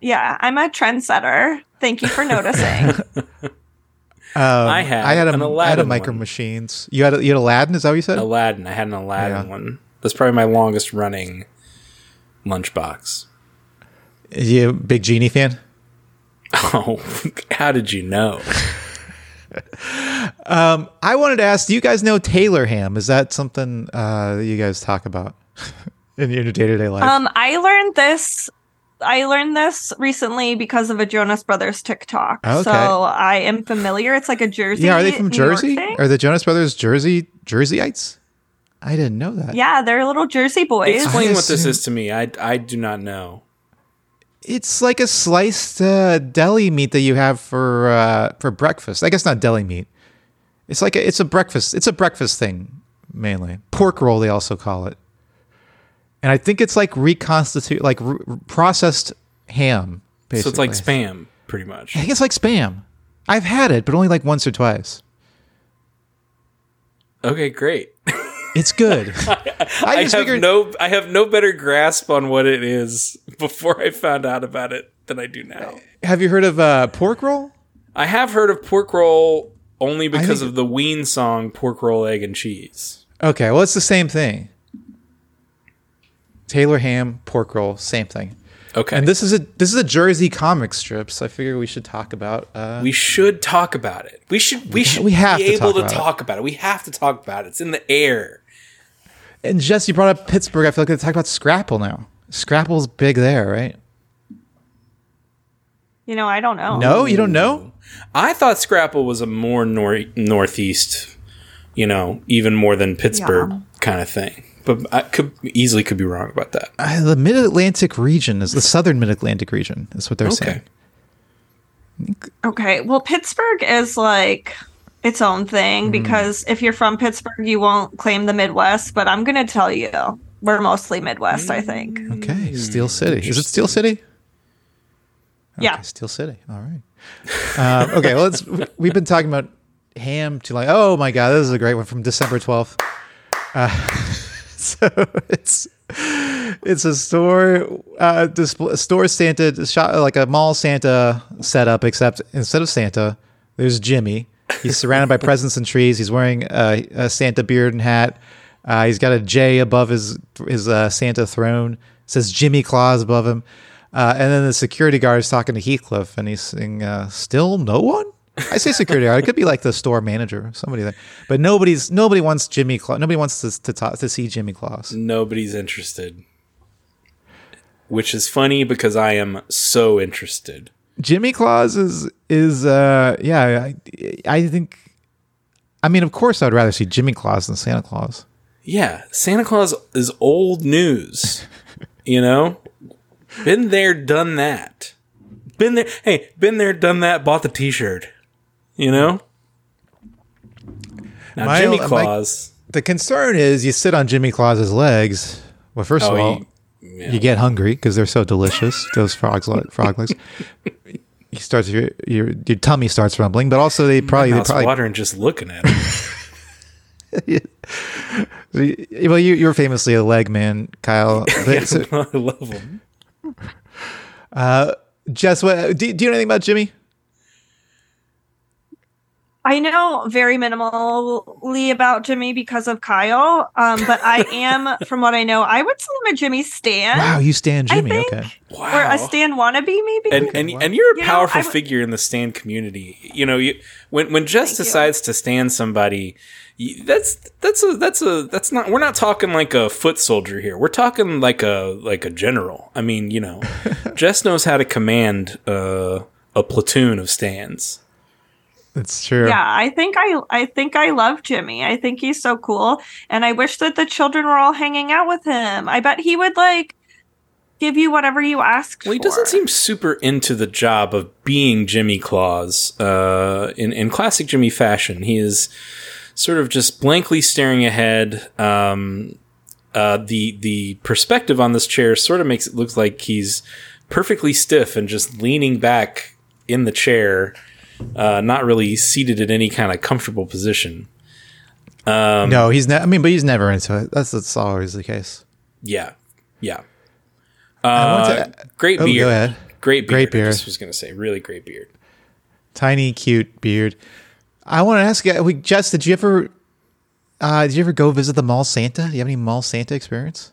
Speaker 4: yeah, I'm a trendsetter. Thank you
Speaker 2: [LAUGHS]
Speaker 4: for noticing.
Speaker 2: Um,
Speaker 3: I had
Speaker 2: I had a, I had
Speaker 3: an
Speaker 2: a
Speaker 3: Aladdin
Speaker 2: micro
Speaker 3: one.
Speaker 2: machines. You had a, you had Aladdin. Is that what you said?
Speaker 3: Aladdin. I had an Aladdin
Speaker 2: Yeah.
Speaker 3: one. That's probably my longest running lunchbox. [LAUGHS]
Speaker 2: you a big genie fan?
Speaker 3: Oh, how did you know?
Speaker 2: I wanted to ask. Do you guys know Taylor ham? Is that something uh, that you guys talk about [LAUGHS] in your day to day life?
Speaker 4: um, I learned this. I learned this recently because of a Jonas Brothers TikTok.
Speaker 2: Oh, Okay.
Speaker 4: So I am familiar. It's like a Jersey.
Speaker 2: yeah, are they from
Speaker 4: New York
Speaker 2: Jersey?
Speaker 4: thing.
Speaker 2: Are the Jonas Brothers Jersey Jerseyites? I didn't know that.
Speaker 4: yeah, they're little Jersey boys.
Speaker 3: Explain
Speaker 2: I
Speaker 3: what this
Speaker 2: assume-
Speaker 3: is to me. I I do not know.
Speaker 2: It's like a sliced uh, deli meat that you have for uh, for breakfast. I guess not deli meat. It's like a, it's a breakfast. It's a breakfast thing mainly. Pork roll they also call it. And I think it's like reconstitute like re- processed ham. Basically.
Speaker 3: So it's like spam, pretty much.
Speaker 2: I think it's like spam. I've had it, but only like once or twice. [LAUGHS]
Speaker 3: Okay, great.
Speaker 2: It's
Speaker 3: [LAUGHS]
Speaker 2: good.
Speaker 3: I, have
Speaker 2: just figured-
Speaker 3: no I have no better grasp on what it is [LAUGHS] before I found out about it than I do now.
Speaker 2: Have you heard of uh, pork roll?
Speaker 3: I have heard of pork roll only because
Speaker 2: think-
Speaker 3: of the Ween song "Pork Roll, Egg and Cheese."
Speaker 2: Okay, well, it's the same thing. Taylor ham, pork roll, same thing.
Speaker 3: Okay,
Speaker 2: And this is a this is a Jersey comic strip, so I figure we should talk about. Uh,
Speaker 3: we should talk about it. We should we should
Speaker 2: we have
Speaker 3: be
Speaker 2: to talk
Speaker 3: able to
Speaker 2: about it.
Speaker 3: talk about it. We have to talk about it. It's in the air.
Speaker 2: and Jess, you brought up Pittsburgh. I feel like let's talk about Scrapple now. Scrapple's big there, right?
Speaker 4: you know, I don't know.
Speaker 2: No, you don't know.
Speaker 3: I thought Scrapple was a more nor- northeast, you know, even more than Pittsburgh kind of thing. But I could easily could be wrong about that.
Speaker 2: Uh, the Mid Atlantic region is the southern Mid Atlantic region. Is what they're
Speaker 3: Okay.
Speaker 2: saying.
Speaker 4: Okay. Well, Pittsburgh is like its own
Speaker 2: Mm-hmm.
Speaker 4: thing because if you're from Pittsburgh, you won't claim the Midwest, but I'm going to tell you, we're mostly Midwest, I think.
Speaker 2: Okay, Steel City. Is it Steel City?
Speaker 4: yeah.
Speaker 2: Okay, Steel City. All right. Um, okay, well, let's. we- We've been talking about ham to like. Oh my god, this is a great one from December twelfth. Uh, [LAUGHS] so it's it's a store uh, display, store Santa shop like a mall Santa setup, except instead of Santa, there's Jimmy. He's surrounded by presents and trees. He's wearing a, a Santa beard and hat. Uh, he's got a J above his his uh, Santa throne. It says Jimmy Claus above him. Uh, and then the security guard is talking to Heathcliff, and he's saying, uh, "Still no one." I say security guard. It could be like the store manager, somebody there. But nobody's nobody wants Jimmy Claus. Nobody wants to to, talk, to see Jimmy Claus.
Speaker 3: Nobody's interested. Which is funny because I am so interested.
Speaker 2: Jimmy Claus is is uh yeah I, I think I mean of course I'd rather see Jimmy Claus than Santa Claus.
Speaker 3: Yeah, Santa Claus is
Speaker 2: [LAUGHS]
Speaker 3: old news. you know? Been there, done that. Been there, hey, been there, done that, bought the t shirt. You know? Now,
Speaker 2: My-
Speaker 3: Jimmy
Speaker 2: my-
Speaker 3: Claus.
Speaker 2: The concern is you sit on Jimmy Claus's legs. Well, first
Speaker 3: Oh,
Speaker 2: of all,
Speaker 3: you-
Speaker 2: you get hungry because they're so delicious. those frogs, le- frog legs. You start your, your your tummy starts rumbling, but also they probably they
Speaker 3: Mouth's
Speaker 2: probably
Speaker 3: watering just looking at
Speaker 2: [LAUGHS]
Speaker 3: it.
Speaker 2: well you you're famously a leg man,
Speaker 3: [LAUGHS]
Speaker 2: Kyle. But- so,
Speaker 3: [LAUGHS] I love him.
Speaker 2: Jess, what do, do you know anything about Jimmy?
Speaker 4: I know very minimally about Jimmy because of Kyle, um, but
Speaker 2: [LAUGHS]
Speaker 4: I am, from what I know, I would say I'm a Jimmy Stan
Speaker 2: Wow, you stand
Speaker 4: I
Speaker 2: Jimmy.
Speaker 4: think-
Speaker 2: Okay.
Speaker 4: or
Speaker 3: Wow.
Speaker 4: a Stan wannabe, maybe.
Speaker 3: and and, and you're a
Speaker 4: You know,
Speaker 3: powerful
Speaker 4: I w-
Speaker 3: figure in the stand community. You know, you when when Jess
Speaker 4: Thank you.
Speaker 3: decides to stand somebody, you, that's that's a that's a that's not we're not talking like a foot soldier here. We're talking like a like a general. I mean, you
Speaker 4: [LAUGHS]
Speaker 3: know, Jess knows how to command uh, a platoon of stands.
Speaker 2: That's true.
Speaker 4: yeah, I think I I think I love Jimmy. I think he's so cool, and I wish that the children were all hanging out with him. I bet he would like give you whatever you asked.
Speaker 3: Well, he
Speaker 4: for.
Speaker 3: doesn't seem super into the job of being Jimmy Claus. Uh, in in classic Jimmy fashion, he is sort of just blankly staring ahead. Um, uh, the the perspective on this chair sort of makes it look like he's perfectly stiff and just leaning back in the chair, uh, not really seated in any kind of comfortable position.
Speaker 2: no, he's not. I mean, but he's never into it. That's that's always the case.
Speaker 3: Yeah, yeah.
Speaker 2: I
Speaker 3: Uh,
Speaker 2: want to-
Speaker 3: great
Speaker 2: oh,
Speaker 3: beard.
Speaker 2: go ahead.
Speaker 3: Great beard.
Speaker 2: Great
Speaker 3: I
Speaker 2: beard.
Speaker 3: just was gonna say, really great beard.
Speaker 2: tiny, cute beard. I want to ask you, we, Jess, did you ever, uh, did you ever go visit the mall Santa? Do you have any mall Santa experience?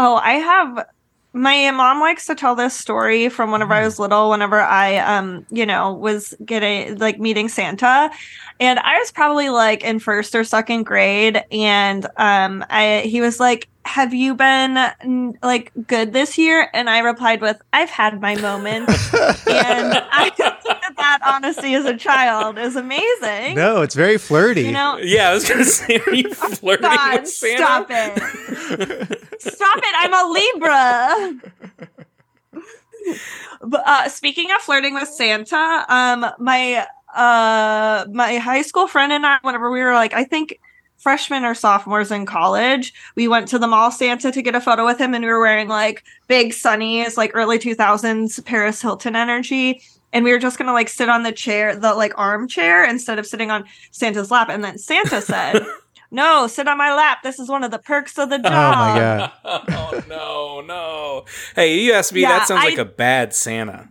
Speaker 4: Oh, I have. My mom likes to tell this story from whenever
Speaker 3: Mm-hmm.
Speaker 4: I was little, whenever I, um, you know, was getting like meeting Santa. And I was probably like in first or second grade. And um, I, he was like, Have you been n- like good this year? And I replied with, I've had my
Speaker 3: [LAUGHS]
Speaker 4: moment. and I think that, that honesty as a child is amazing.
Speaker 2: No, it's very flirty.
Speaker 4: You know,
Speaker 3: Yeah, I was gonna say, are
Speaker 4: [LAUGHS]
Speaker 3: you flirting
Speaker 4: God,
Speaker 3: with Santa?
Speaker 4: stop it. Stop it. I'm a Libra. but, uh, speaking of flirting with Santa, um, my uh, my high school friend and I, whenever we were like, I think freshmen or sophomores in college, we went to the mall Santa to get a photo with him, and we were wearing like big sunnies, like early 2000s Paris Hilton energy. And we were just gonna like sit on the chair, the like armchair, instead of sitting on Santa's lap. And then
Speaker 2: [LAUGHS]
Speaker 4: Santa said, "No, sit on my lap. This is one of the perks of the job."
Speaker 2: oh my god.
Speaker 3: [LAUGHS] oh no, no. Hey, you asked me.
Speaker 4: Yeah,
Speaker 3: that sounds
Speaker 4: I-
Speaker 3: like a bad Santa.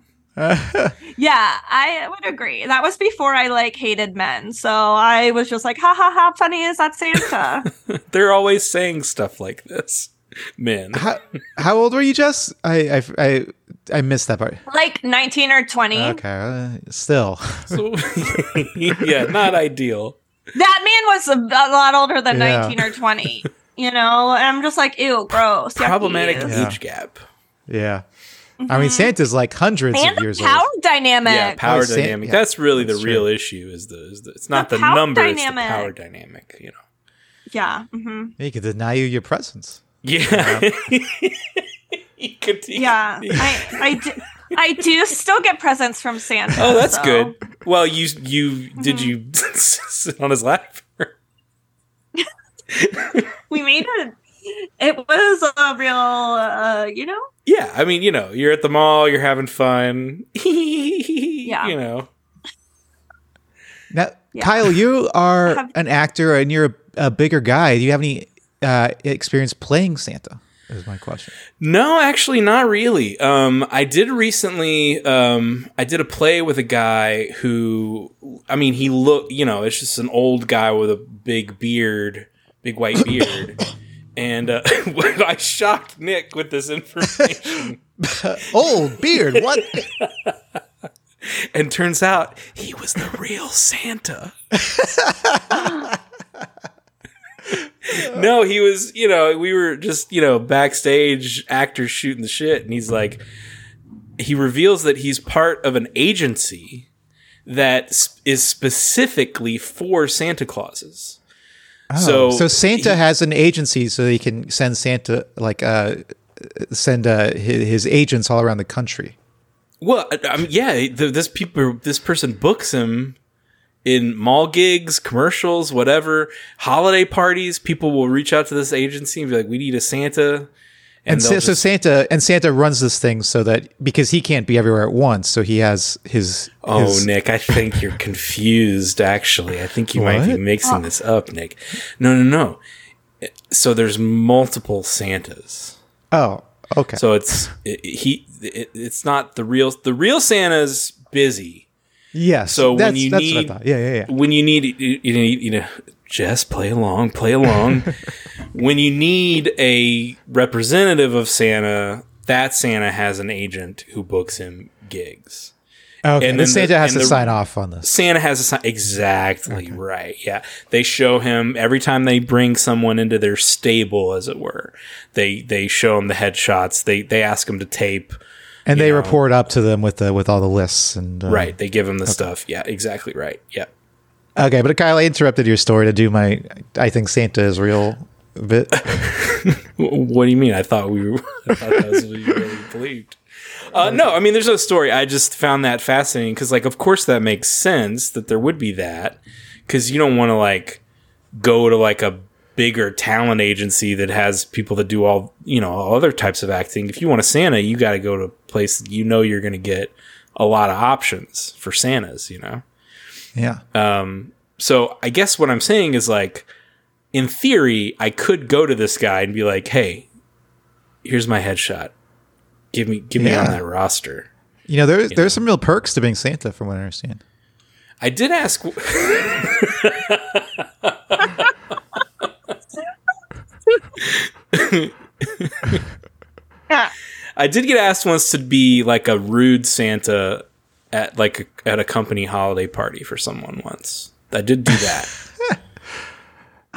Speaker 4: Yeah, I would agree. That was before I like hated men. So I was just like, ha ha ha, funny is that Santa?
Speaker 3: They're always saying stuff like this, men.
Speaker 2: how, how old were you, Jess? I, I, I, I missed that part.
Speaker 4: [LAUGHS] like 19 or 20.
Speaker 2: Okay, uh, still. [LAUGHS]
Speaker 3: So- [LAUGHS] yeah, not ideal.
Speaker 4: That man was a, a lot older than
Speaker 2: Yeah.
Speaker 4: 19 or 20. You know, and I'm just like, ew, gross. yucky.
Speaker 3: Problematic
Speaker 2: Yeah.
Speaker 3: age gap.
Speaker 2: yeah. I mean, Santa's like hundreds
Speaker 4: And
Speaker 2: of
Speaker 4: the
Speaker 2: years
Speaker 4: Mm-hmm. power
Speaker 2: old.
Speaker 4: dynamic.
Speaker 3: Yeah, power
Speaker 2: Oh, Sa-
Speaker 3: dynamic.
Speaker 2: yeah.
Speaker 3: That's really the
Speaker 2: That's true.
Speaker 3: real issue. Is the, is the it's not the,
Speaker 4: The power
Speaker 3: number, it's
Speaker 4: dynamic.
Speaker 3: the power dynamic. You know.
Speaker 4: yeah. hmm
Speaker 2: He could deny you your presence.
Speaker 3: Yeah. [LAUGHS] You could- you
Speaker 4: Yeah.
Speaker 3: could-
Speaker 4: I, I, do, I do still get presents from Santa.
Speaker 3: Oh, that's
Speaker 4: so- Mm-hmm.
Speaker 3: good. Well, you you did you [LAUGHS] sit on his lap? [LAUGHS]
Speaker 4: We made it. It was a real, uh, you know,
Speaker 3: yeah, I mean, you know, you're at the mall, you're having fun. [LAUGHS] yeah, you know,
Speaker 2: Now,
Speaker 4: Yeah.
Speaker 2: Kyle,
Speaker 4: [LAUGHS]
Speaker 2: you are
Speaker 4: Have-
Speaker 2: an actor and you're a, a bigger guy. Do you have any uh, experience playing Santa? Is my question.
Speaker 3: No, actually, not really. Um, I did recently. Um, I did a play with a guy who, I mean, he looked. You know, it's just an old guy with a big beard, big white beard, and uh, [LAUGHS] I shocked Nick with this information.
Speaker 2: Old beard. [LAUGHS] What?
Speaker 3: and turns out he was the real Santa. no, he was, you know, we were just, you know, backstage actors shooting the shit. And he's like, he reveals that he's part of an agency that s- is specifically for Santa Clauses.
Speaker 2: Oh. so,
Speaker 3: so,
Speaker 2: Santa has an agency, so he can send Santa like uh, send uh, his, his agents all around the country.
Speaker 3: Well, I- I mean, yeah, th this people, this person books him in mall gigs, commercials, whatever, holiday parties. People will reach out to this agency and be like, "We need a Santa."
Speaker 2: And, Sa-
Speaker 3: they'll
Speaker 2: so
Speaker 3: just-
Speaker 2: Santa and Santa runs this thing so that because he can't be everywhere at once, so he has his.
Speaker 3: oh,
Speaker 2: his-
Speaker 3: Nick, I think you're confused. Actually, I think you might be
Speaker 2: What?
Speaker 3: mixing this up, Nick. No, no, no. So there's multiple Santas.
Speaker 2: Oh, okay.
Speaker 3: So it's it, he. It, it's not the real. The real Santa's busy,
Speaker 2: Yes.
Speaker 3: So when
Speaker 2: that's,
Speaker 3: you
Speaker 2: that's
Speaker 3: need-
Speaker 2: what I thought. Yeah, yeah, yeah.
Speaker 3: when you need you, you, need- you know just play along play along when you need a representative of santa that santa has an agent who books him gigs
Speaker 5: Okay.
Speaker 3: And
Speaker 2: And
Speaker 3: then
Speaker 2: Santa
Speaker 3: the-
Speaker 2: has
Speaker 3: and
Speaker 2: to
Speaker 3: the-
Speaker 2: sign off on this.
Speaker 3: santa has a sign exactly right yeah they show him every time they bring someone into their stable as it were they they show him the headshots they they ask him to tape
Speaker 2: And they
Speaker 3: know.
Speaker 2: report up to them with the with all the lists and uh,
Speaker 3: right they give him the stuff yeah exactly right yeah
Speaker 2: Okay, but Kyle, I interrupted your story to do my I think Santa is real
Speaker 3: [LAUGHS]
Speaker 2: bit.
Speaker 3: W- What do you mean? I thought we were. [LAUGHS] I thought that was what you really believed. Uh, no, I mean, there's no story. I just found that fascinating because, like, of course, that makes sense that there would be that because you don't want to like go to like a bigger talent agency that has people that do all you know all other types of acting. If you want a Santa, you got to go to a place that you know you're going to get a lot of options for Santas. You know.
Speaker 2: Yeah.
Speaker 3: So I guess what I'm saying is like, in theory, I could go to this guy and be like, "Hey, here's my headshot. Give me, give me on
Speaker 2: Yeah.
Speaker 3: that roster."
Speaker 2: you know, there there's some real perks to being Santa from what I understand.
Speaker 3: I did ask. [LAUGHS]
Speaker 4: Yeah.
Speaker 3: I did get asked once to be like a rude Santa at like a, at a company holiday party for someone once. I did do that.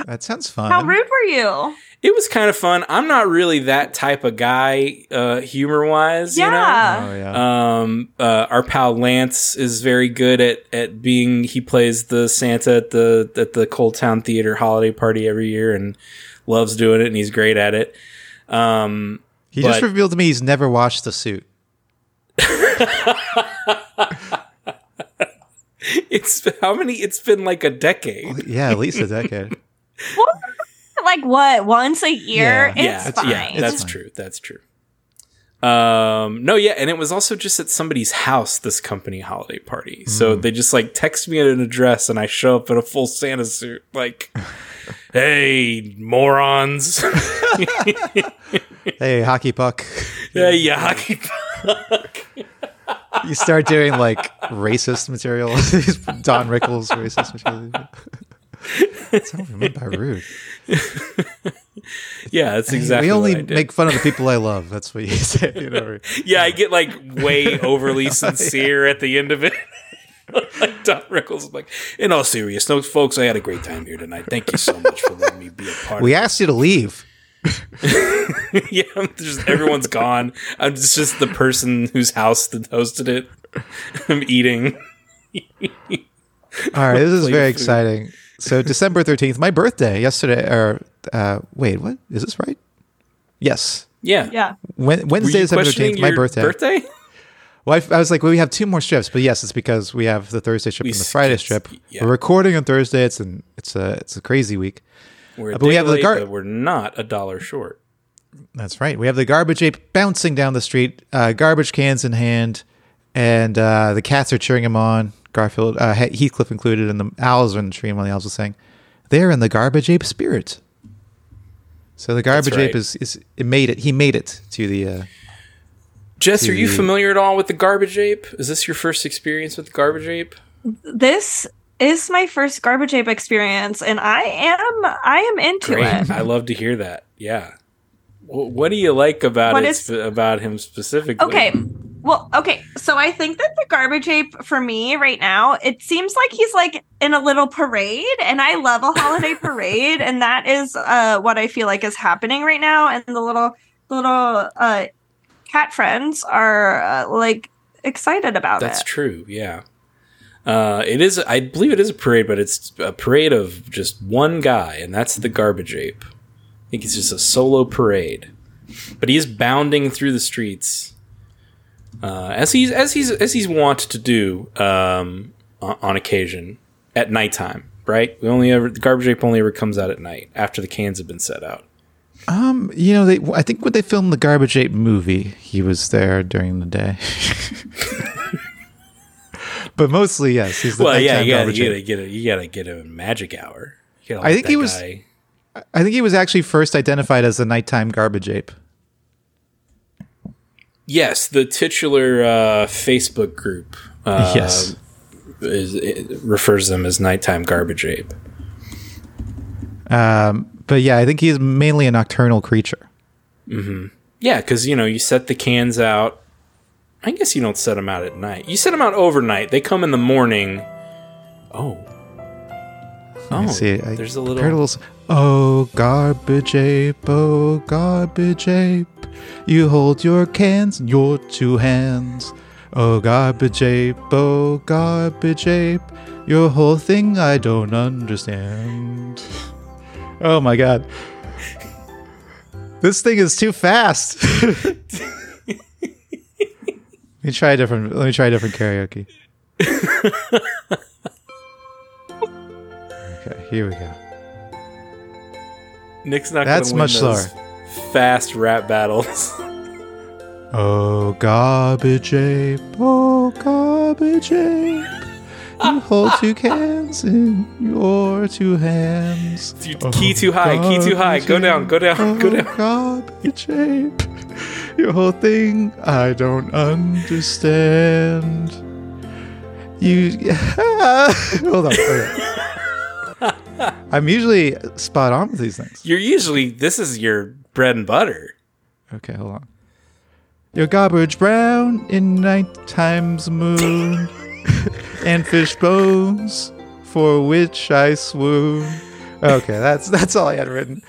Speaker 2: That sounds fun.
Speaker 4: How rude were you?
Speaker 3: it was kind of fun. I'm not really that type of guy, uh, humor wise. You know?
Speaker 4: Yeah.
Speaker 2: Oh yeah.
Speaker 3: Um, uh, our pal Lance is very good at, at being. He plays the Santa at the at the Cold Town Theater holiday party every year and loves doing it, and he's great at it. [LAUGHS] Um,
Speaker 2: he just
Speaker 3: but-
Speaker 2: revealed to me he's never washed the suit.
Speaker 3: it's how many? It's been like a decade.
Speaker 2: Yeah, at least a
Speaker 3: [LAUGHS]
Speaker 2: decade.
Speaker 4: Like what? Once a year?
Speaker 2: Yeah.
Speaker 4: It's
Speaker 3: yeah,
Speaker 4: fine.
Speaker 3: yeah, that's
Speaker 2: fine.
Speaker 3: true. That's true. Um, no, yeah, and it was also just at somebody's house. This company holiday party,
Speaker 2: Mm.
Speaker 3: so they just like text me at an address, and I show up in a full Santa suit,
Speaker 2: [LAUGHS]
Speaker 3: like, "Hey, morons." [LAUGHS]
Speaker 2: hey, hockey puck. [LAUGHS]
Speaker 3: Yeah, yeah, hockey [LAUGHS] puck.
Speaker 2: You start doing like racist material. [LAUGHS] Don Rickles racist material. That's what we meant by rude.
Speaker 3: yeah, that's [LAUGHS] exactly.
Speaker 2: we only
Speaker 3: what I did.
Speaker 2: make fun of the people I love. That's what you [LAUGHS] say. You know.
Speaker 3: Yeah, I get like
Speaker 2: [LAUGHS]
Speaker 3: way overly sincere at the end of it. [LAUGHS] like Don Rickles, is like, in all seriousness, folks, I had a great time here tonight. Thank you so much for letting me be a part.
Speaker 2: We
Speaker 3: of
Speaker 2: asked you to leave.
Speaker 3: it." [LAUGHS] yeah, I'm just everyone's gone. I'm just, just the person whose house that hosted it. [LAUGHS] I'm eating.
Speaker 2: All right, this is
Speaker 3: Plate
Speaker 2: very
Speaker 3: of food.
Speaker 2: exciting.
Speaker 3: [LAUGHS]
Speaker 2: So December thirteenth, my birthday. Yesterday, or uh, wait, what is this right? Yes,
Speaker 3: Yeah,
Speaker 4: Yeah.
Speaker 2: Wen-
Speaker 3: Were
Speaker 2: Wednesday,
Speaker 3: you
Speaker 2: December
Speaker 3: questioning
Speaker 2: thirteenth, my
Speaker 3: your
Speaker 2: birthday.
Speaker 3: Birthday?
Speaker 2: Well, I, f- I was like, well, we have two more strips, but yes, it's because we have the Thursday strip and the Friday
Speaker 3: skipped-
Speaker 2: strip.
Speaker 3: yeah.
Speaker 2: We're recording on Thursday. It's an it's a it's a crazy week.
Speaker 3: We're a
Speaker 2: But we
Speaker 3: day
Speaker 2: have the
Speaker 3: late,
Speaker 2: gar-
Speaker 3: but we're not a dollar short.
Speaker 2: That's right. We have the garbage ape bouncing down the street, uh, garbage cans in hand, and uh, the cats are cheering him on. Garfield, uh, He- Heathcliff included, and the owls are in the tree. And one of the owls was saying, "They're in the garbage ape spirit." So the garbage ape
Speaker 3: right.
Speaker 2: is is it made it. He made it to the. Uh,
Speaker 3: Jess, are you
Speaker 2: the-
Speaker 3: familiar at all with the garbage ape? Is this your first experience with the garbage ape?
Speaker 4: This is my first garbage ape experience, and I am I am into it.
Speaker 3: Great. I love to hear that. Yeah. Wh- What do you like about
Speaker 4: What
Speaker 3: it?
Speaker 4: is-
Speaker 3: spe- about him specifically?
Speaker 4: Okay. Well, okay. So I think that the garbage ape for me right now, it seems like he's like in a little parade, and I love a
Speaker 3: [LAUGHS]
Speaker 4: holiday parade, and that is uh, what I feel like is happening right now. And the little little uh, cat friends are uh, like excited about
Speaker 3: That's
Speaker 4: it.
Speaker 3: true. Yeah. Uh, it is. I believe it is a parade, but it's a parade of just one guy, and that's the garbage ape. I think it's just a solo parade, but he is bounding through the streets, uh, as he's as he's as he's wont to do um, o- on occasion at nighttime. Right? We only ever the garbage ape only ever comes out at night after the cans have been set out.
Speaker 2: um, you know, they, I think when they filmed the garbage ape movie, he was there during the day. [LAUGHS] but mostly, yes, he's the
Speaker 3: well, yeah,
Speaker 2: nighttime
Speaker 3: you gotta,
Speaker 2: garbage
Speaker 3: you
Speaker 2: ape.
Speaker 3: gotta get a, you gotta get a magic hour. You gotta
Speaker 2: I
Speaker 3: let
Speaker 2: think he
Speaker 3: that
Speaker 2: was-
Speaker 3: guy-
Speaker 2: I think he was actually first identified as a nighttime garbage ape.
Speaker 3: Um,
Speaker 2: [LAUGHS]
Speaker 3: Yes, the titular uh, Facebook group. Uh, is, it refers to them as nighttime garbage ape.
Speaker 2: Um, but yeah, I think he's mainly a nocturnal creature.
Speaker 3: Yeah, because you know you set the cans out. I guess you don't set them out at night. You set them out overnight. They come in the morning. Oh,
Speaker 2: I
Speaker 3: oh,
Speaker 2: see. I
Speaker 3: there's a little.
Speaker 2: heard s- Oh, garbage ape! Oh, garbage ape! You hold your cans in your two hands. Oh, garbage ape! Oh, garbage ape! Your whole thing I don't understand. Oh my god. This thing is too fast. [LAUGHS] let me try a different let me try a different karaoke. Okay, here we go.
Speaker 3: Nick's not.
Speaker 2: That's
Speaker 3: gonna win
Speaker 2: much
Speaker 3: those Fast rap battles. [LAUGHS]
Speaker 2: Oh, garbage ape, oh, garbage ape.
Speaker 3: [LAUGHS]
Speaker 2: You hold two cans in your two hands.
Speaker 3: You- key too high, key too high. Go down, go down,
Speaker 2: garbage
Speaker 3: go
Speaker 2: ape,
Speaker 3: down.
Speaker 2: oh, Garbage ape. Your whole thing, I don't understand. You. [LAUGHS] Hold on.
Speaker 3: [LAUGHS]
Speaker 2: Okay. I'm usually spot on with these things.
Speaker 3: You're usually this is your bread
Speaker 2: [LAUGHS]
Speaker 3: and butter.
Speaker 2: Okay, hold on. Your garbage brown in night time's moon, and fish bones for which I swoon. Okay, that's that's all I had written.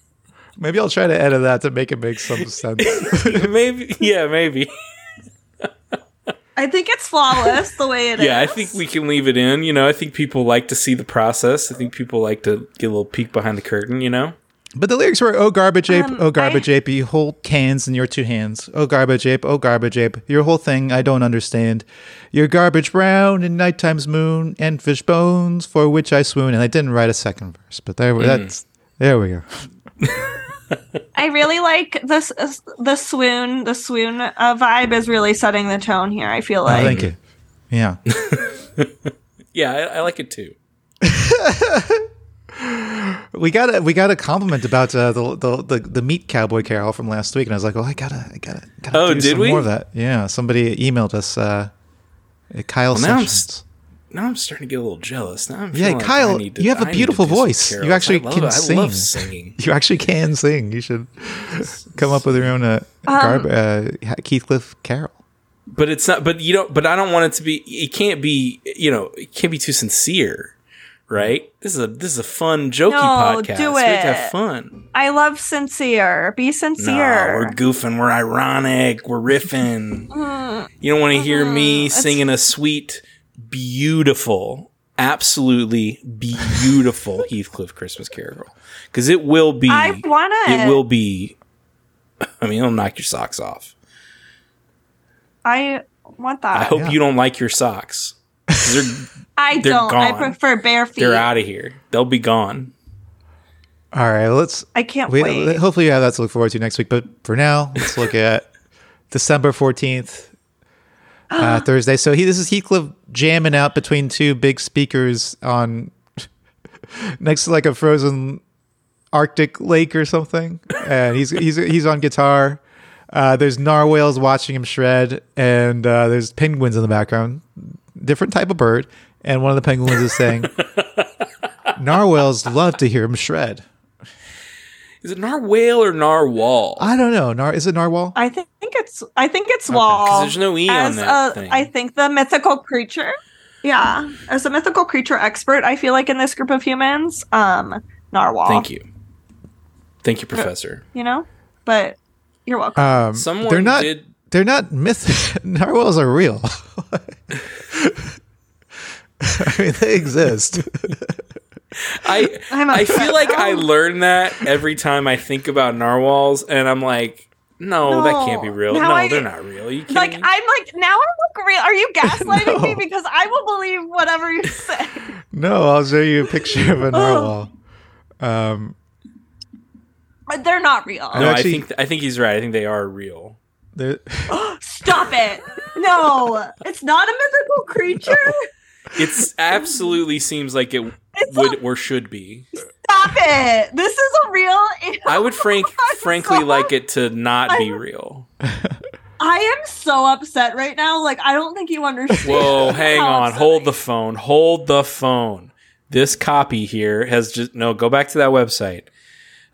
Speaker 2: [LAUGHS] Maybe I'll try to edit that to make it make some sense.
Speaker 3: maybe, yeah, maybe.
Speaker 4: I think it's flawless the way it
Speaker 3: [LAUGHS]
Speaker 4: is.
Speaker 3: Yeah, I think we can leave it in. You know, I think people like to see the process. I think people like to get a little peek behind the curtain. You know.
Speaker 2: But the lyrics were, "Oh garbage ape,
Speaker 4: Um,
Speaker 2: oh garbage ape, you hold cans in your two hands. Oh garbage ape, oh garbage ape, your whole thing I don't understand. Your garbage brown in nighttime's moon and fish bones for which I swoon." And I didn't write a second verse, but there,
Speaker 3: Mm.
Speaker 2: that's there we go.
Speaker 4: I really like this. uh, The swoon, the swoon uh, vibe is really setting the tone here. I feel like.
Speaker 2: Oh, thank you.
Speaker 3: [LAUGHS]
Speaker 2: Yeah.
Speaker 3: Yeah, I, I like it too.
Speaker 2: We got a we got a compliment about uh, the, the the the meat cowboy carol from last week, and I was like, "Oh, I gotta, I gotta, gotta
Speaker 3: Oh,
Speaker 2: do
Speaker 3: did
Speaker 2: some
Speaker 3: we?
Speaker 2: more of that." Yeah, somebody emailed us, uh, Kyle
Speaker 3: now I'm
Speaker 2: Sessions.
Speaker 3: Now I'm starting to get a little jealous. Now I'm
Speaker 2: Yeah,
Speaker 3: feeling like
Speaker 2: Kyle,
Speaker 3: I need to-
Speaker 2: you have a
Speaker 3: I need to
Speaker 2: beautiful
Speaker 3: do some
Speaker 2: voice. You
Speaker 3: carols.
Speaker 2: actually
Speaker 3: I love
Speaker 2: can
Speaker 3: it. I love
Speaker 2: sing.
Speaker 3: singing.
Speaker 2: You actually can sing. You should come up with your own uh, garb, uh, Keithcliff Carol.
Speaker 3: but it's not but you don't but i don't want it to be it can't be you know it can't be too sincere right this is a this is a fun jokey
Speaker 4: No,
Speaker 3: podcast
Speaker 4: do
Speaker 3: we have to have
Speaker 4: it.
Speaker 3: fun
Speaker 4: I love sincere. Be
Speaker 3: no we're
Speaker 4: sincere.
Speaker 3: goofing we're ironic we're riffing
Speaker 4: Mm.
Speaker 3: you don't want to hear
Speaker 4: Mm-hmm.
Speaker 3: me singing a sweet beautiful absolutely
Speaker 4: [LAUGHS]
Speaker 3: beautiful heathcliff christmas carol because it will be
Speaker 4: I want
Speaker 3: it will be i mean it'll knock your socks off
Speaker 4: I want
Speaker 3: i
Speaker 4: that.
Speaker 3: hope
Speaker 2: Yeah.
Speaker 3: you don't like your socks 'Cause they're
Speaker 4: [LAUGHS] I,
Speaker 3: they're
Speaker 4: don't. I
Speaker 3: gone.
Speaker 4: prefer bare feet.
Speaker 3: They're out of here. They'll be gone.
Speaker 2: All right, let's.
Speaker 4: I can't
Speaker 2: We,
Speaker 4: wait.
Speaker 2: hopefully, you have that to look forward to next week. But for now, let's
Speaker 4: [LAUGHS]
Speaker 2: look at December fourteenth,
Speaker 4: Ah.
Speaker 2: uh, Thursday. So he, this is Heathcliff jamming out between two big speakers on [LAUGHS] next to like a frozen Arctic lake or something, and he's he's he's on guitar. Uh, there's narwhals watching him shred, and uh, there's penguins in the background. Different type of bird, and one of the penguins is
Speaker 4: [LAUGHS]
Speaker 2: saying, "Narwhals love to hear him shred."
Speaker 3: Is it narwhale or narwhal?
Speaker 2: I don't know. Nar- is it narwhal?
Speaker 4: I think it's. I think it's wall.
Speaker 3: 'Cause there's no E on
Speaker 4: as
Speaker 3: that
Speaker 4: a-
Speaker 3: thing.
Speaker 4: I think the mythical creature. Yeah, as a mythical creature expert, I feel like in this group of humans, um, narwhal.
Speaker 3: Thank you. Thank you, Professor.
Speaker 4: You know, but you're welcome.
Speaker 2: Um,
Speaker 3: Someone
Speaker 2: they're not.
Speaker 3: did-
Speaker 2: They're not myth. [LAUGHS] narwhals are real. [LAUGHS] I mean, they exist. [LAUGHS]
Speaker 3: I
Speaker 4: I'm
Speaker 3: I feel
Speaker 4: [LAUGHS] upset
Speaker 3: like
Speaker 4: now.
Speaker 3: I learn that every time I think about narwhals, and I'm like, no, that can't be
Speaker 4: No.
Speaker 3: real.
Speaker 4: Now
Speaker 3: no,
Speaker 4: I-
Speaker 3: they're not real. Are you kidding
Speaker 4: like
Speaker 3: me?
Speaker 4: I'm like now I look real. Are [LAUGHS] you gaslighting me?
Speaker 2: No.
Speaker 4: Because I will believe whatever you say.
Speaker 2: no, I'll show you a picture
Speaker 4: Oh.
Speaker 2: of a narwhal. Um,
Speaker 4: But They're not real.
Speaker 3: no,
Speaker 2: actually-
Speaker 3: I think I think he's right. I think they are real.
Speaker 4: [GASPS]
Speaker 2: they're-
Speaker 4: Stop it. No, it's not a mythical
Speaker 3: [LAUGHS]
Speaker 4: creature. [LAUGHS]
Speaker 3: It's absolutely seems like it
Speaker 4: It's
Speaker 3: would or should be.
Speaker 4: Stop it. This is a real. [LAUGHS]
Speaker 3: I would frank
Speaker 4: I'm
Speaker 3: frankly
Speaker 4: sorry.
Speaker 3: like it to not be
Speaker 4: I'm-
Speaker 3: real.
Speaker 4: I am so upset right now. Like I don't think you understand. [LAUGHS]
Speaker 3: Whoa, hang
Speaker 4: how
Speaker 3: on.
Speaker 4: upset
Speaker 3: Hold
Speaker 4: I
Speaker 3: the phone. Hold the phone. This copy here has just no, go back to that website.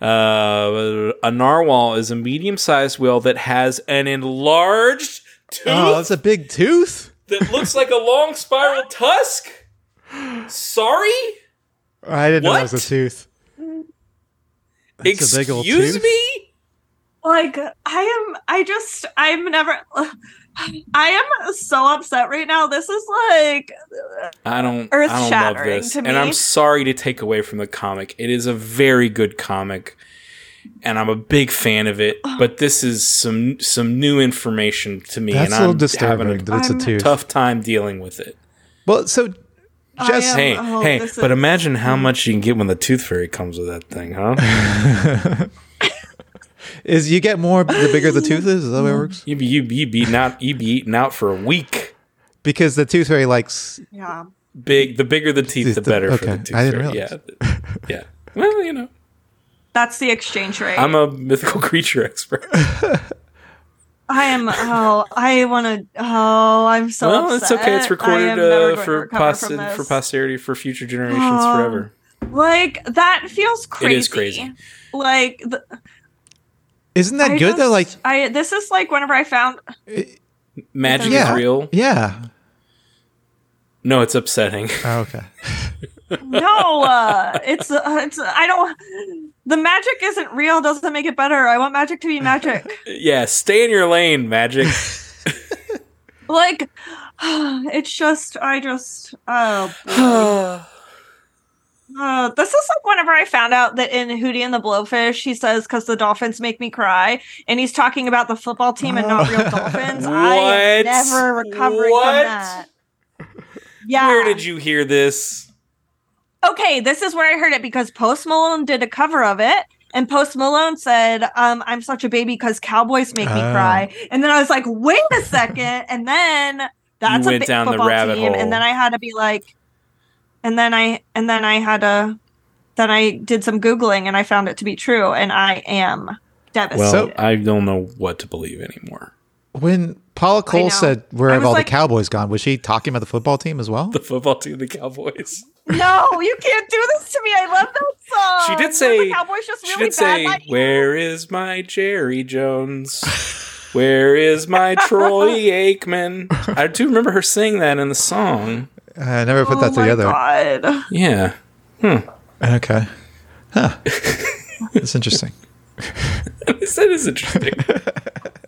Speaker 3: Uh, a narwhal is a medium sized whale that has an enlarged tooth
Speaker 2: Oh, that's a big tooth.
Speaker 3: that looks like a long spiral tusk. Sorry?
Speaker 2: I didn't know it was
Speaker 3: What?
Speaker 2: a tooth. That's a big old
Speaker 3: Excuse
Speaker 2: tooth.
Speaker 3: me?
Speaker 4: like i am i just i'm never [SIGHS] i am so upset right now this is like
Speaker 3: I don't, I
Speaker 4: Earth
Speaker 3: don't love
Speaker 4: shattering
Speaker 3: this.
Speaker 4: to
Speaker 3: And
Speaker 4: me.
Speaker 3: I'm sorry to take away from the comic. It is a very good comic. And I'm a big fan of it, but this is some some new information to me,
Speaker 2: That's
Speaker 3: and
Speaker 2: a little
Speaker 3: I'm having
Speaker 2: disturbing
Speaker 3: a
Speaker 2: that it's a
Speaker 4: I'm-
Speaker 2: tooth.
Speaker 3: tough time dealing with it.
Speaker 2: Well, so just
Speaker 4: am-
Speaker 3: Hey,
Speaker 4: oh,
Speaker 3: hey,
Speaker 4: this
Speaker 3: but
Speaker 4: is-
Speaker 3: imagine how much you can get when the tooth fairy comes with that thing,
Speaker 2: [LAUGHS]
Speaker 3: huh?
Speaker 2: is you get more the bigger the tooth is. Is that how
Speaker 4: Mm.
Speaker 2: it works?
Speaker 3: you be you be, you be not you be eating out for a week.
Speaker 2: Because the tooth fairy likes.
Speaker 4: yeah
Speaker 3: Big, the bigger the teeth, the
Speaker 2: Teeth, the-
Speaker 3: better for the
Speaker 2: okay.
Speaker 3: tooth
Speaker 2: I
Speaker 3: fairy.
Speaker 2: didn't
Speaker 3: Yeah, yeah. Well, you know,
Speaker 4: that's the exchange rate
Speaker 3: I'm
Speaker 4: I'm a-
Speaker 3: a mythical [LAUGHS] creature expert.
Speaker 4: i am oh i want to oh i'm so
Speaker 3: well, it's
Speaker 4: upset.
Speaker 3: okay. It's
Speaker 4: I am
Speaker 3: recorded
Speaker 4: never
Speaker 3: uh,
Speaker 4: going to
Speaker 3: for
Speaker 4: recover
Speaker 3: pos-
Speaker 4: from this.
Speaker 3: for posterity for future generations
Speaker 4: Oh,
Speaker 3: forever.
Speaker 4: like that feels crazy
Speaker 3: It is crazy.
Speaker 4: like th-
Speaker 2: Isn't that
Speaker 4: I
Speaker 2: good though?
Speaker 4: just-
Speaker 2: Like,
Speaker 4: i this is like whenever i found
Speaker 3: Magic
Speaker 2: yeah,
Speaker 3: is real.
Speaker 2: yeah.
Speaker 3: No, it's upsetting. [LAUGHS]
Speaker 2: Oh, okay.
Speaker 4: no uh it's uh, it's i don't the magic isn't real doesn't make it better i want magic to
Speaker 3: [LAUGHS]
Speaker 4: be magic
Speaker 3: yeah, stay in your lane,
Speaker 4: [SIGHS]
Speaker 3: magic. [LAUGHS]
Speaker 4: like [SIGHS] it's just i just oh uh, this is like whenever i found out that in hootie and the blowfish he says because the dolphins make me cry and he's talking about the football team and not real dolphins i
Speaker 3: What?
Speaker 4: am never recovering
Speaker 3: What?
Speaker 4: from that yeah
Speaker 3: Where did you hear this?
Speaker 4: okay, this is where I heard it because Post Malone did a cover of it. And Post Malone said, um, I'm such a baby because cowboys make me
Speaker 2: Oh.
Speaker 4: cry. And then I was like, wait a second. And then that's a
Speaker 3: went
Speaker 4: big
Speaker 3: down the
Speaker 4: football
Speaker 3: rabbit
Speaker 4: team.
Speaker 3: hole.
Speaker 4: And then I had to be like, and then I, and then I had to, then I did some Googling and I found it to be true. And I am devastated.
Speaker 2: So-
Speaker 3: I don't know what to believe anymore. [LAUGHS]
Speaker 2: When Paula Cole
Speaker 4: know.
Speaker 2: said, "Where
Speaker 4: I
Speaker 2: have
Speaker 4: was
Speaker 2: all
Speaker 4: like-
Speaker 2: the cowboys gone?" was she talking about the football team as well?
Speaker 3: The football team, the Cowboys.
Speaker 4: no, you can't do this to me. I love that
Speaker 3: She
Speaker 4: song.
Speaker 3: did
Speaker 4: Were
Speaker 3: say-
Speaker 4: the Cowboys just
Speaker 3: She did
Speaker 4: really bad.
Speaker 3: say,
Speaker 4: that year?
Speaker 3: "Where is my Jerry Jones? Where is my Troy
Speaker 4: [LAUGHS]
Speaker 3: Aikman?" I do remember her saying that in the song.
Speaker 2: I never put
Speaker 4: oh
Speaker 2: that
Speaker 4: my
Speaker 2: together.
Speaker 4: God.
Speaker 3: Yeah, [LAUGHS]
Speaker 2: Okay. Huh. That's
Speaker 4: [LAUGHS]
Speaker 2: interesting.
Speaker 3: that is interesting.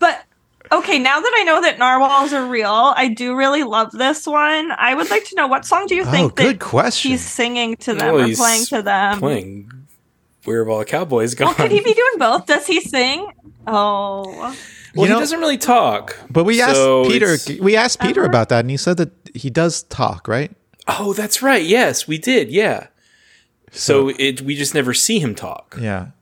Speaker 4: But okay, now that I know that narwhals are real, I do really love this one. I would like to know what song do you
Speaker 2: Oh,
Speaker 4: think
Speaker 2: good
Speaker 4: that
Speaker 2: question.
Speaker 4: he's singing to them
Speaker 3: Well,
Speaker 4: or
Speaker 3: he's
Speaker 4: playing to them?
Speaker 3: Playing, where have all the Cowboys gone?
Speaker 4: Um, Well, could he be doing both? Does he sing? Oh,
Speaker 3: [LAUGHS] Well,
Speaker 2: You
Speaker 3: he
Speaker 2: know-
Speaker 3: doesn't really talk.
Speaker 2: But we asked
Speaker 3: so
Speaker 2: Peter.
Speaker 3: it's-
Speaker 2: We asked Peter
Speaker 4: Uh-huh.
Speaker 2: about that, and he said that he does talk, right?
Speaker 3: Oh, that's right. Yes, we did. Yeah. So it we just never see him talk.
Speaker 2: Yeah.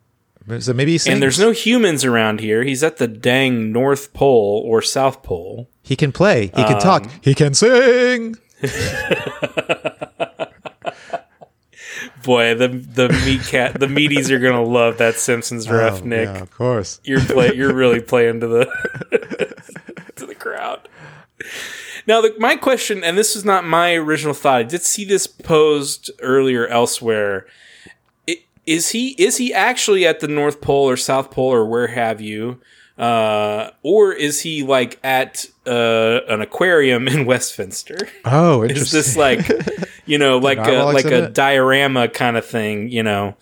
Speaker 2: So maybe he sings.
Speaker 3: And there's no humans around here. He's at the dang North Pole or South Pole.
Speaker 2: He can play. He can
Speaker 3: Um,
Speaker 2: talk. He can sing.
Speaker 3: Boy, the the meat cat the meaties are gonna love that Simpsons ref,
Speaker 2: [LAUGHS] Oh,
Speaker 3: Nick.
Speaker 2: yeah, of course.
Speaker 3: You're play
Speaker 2: [LAUGHS]
Speaker 3: you're really playing to the [LAUGHS] to the crowd. Now, the, my question, and this is not my original thought. I did see this posed earlier elsewhere. I- Is he is he actually at the North Pole or South Pole or where have you, uh, or is he like at uh, an aquarium in [LAUGHS] Westminster?
Speaker 2: Oh, interesting.
Speaker 3: Is this like
Speaker 2: [LAUGHS]
Speaker 3: you know like a,
Speaker 2: Narwhal
Speaker 3: like a
Speaker 2: exhibit?
Speaker 3: diorama kind of thing? You know,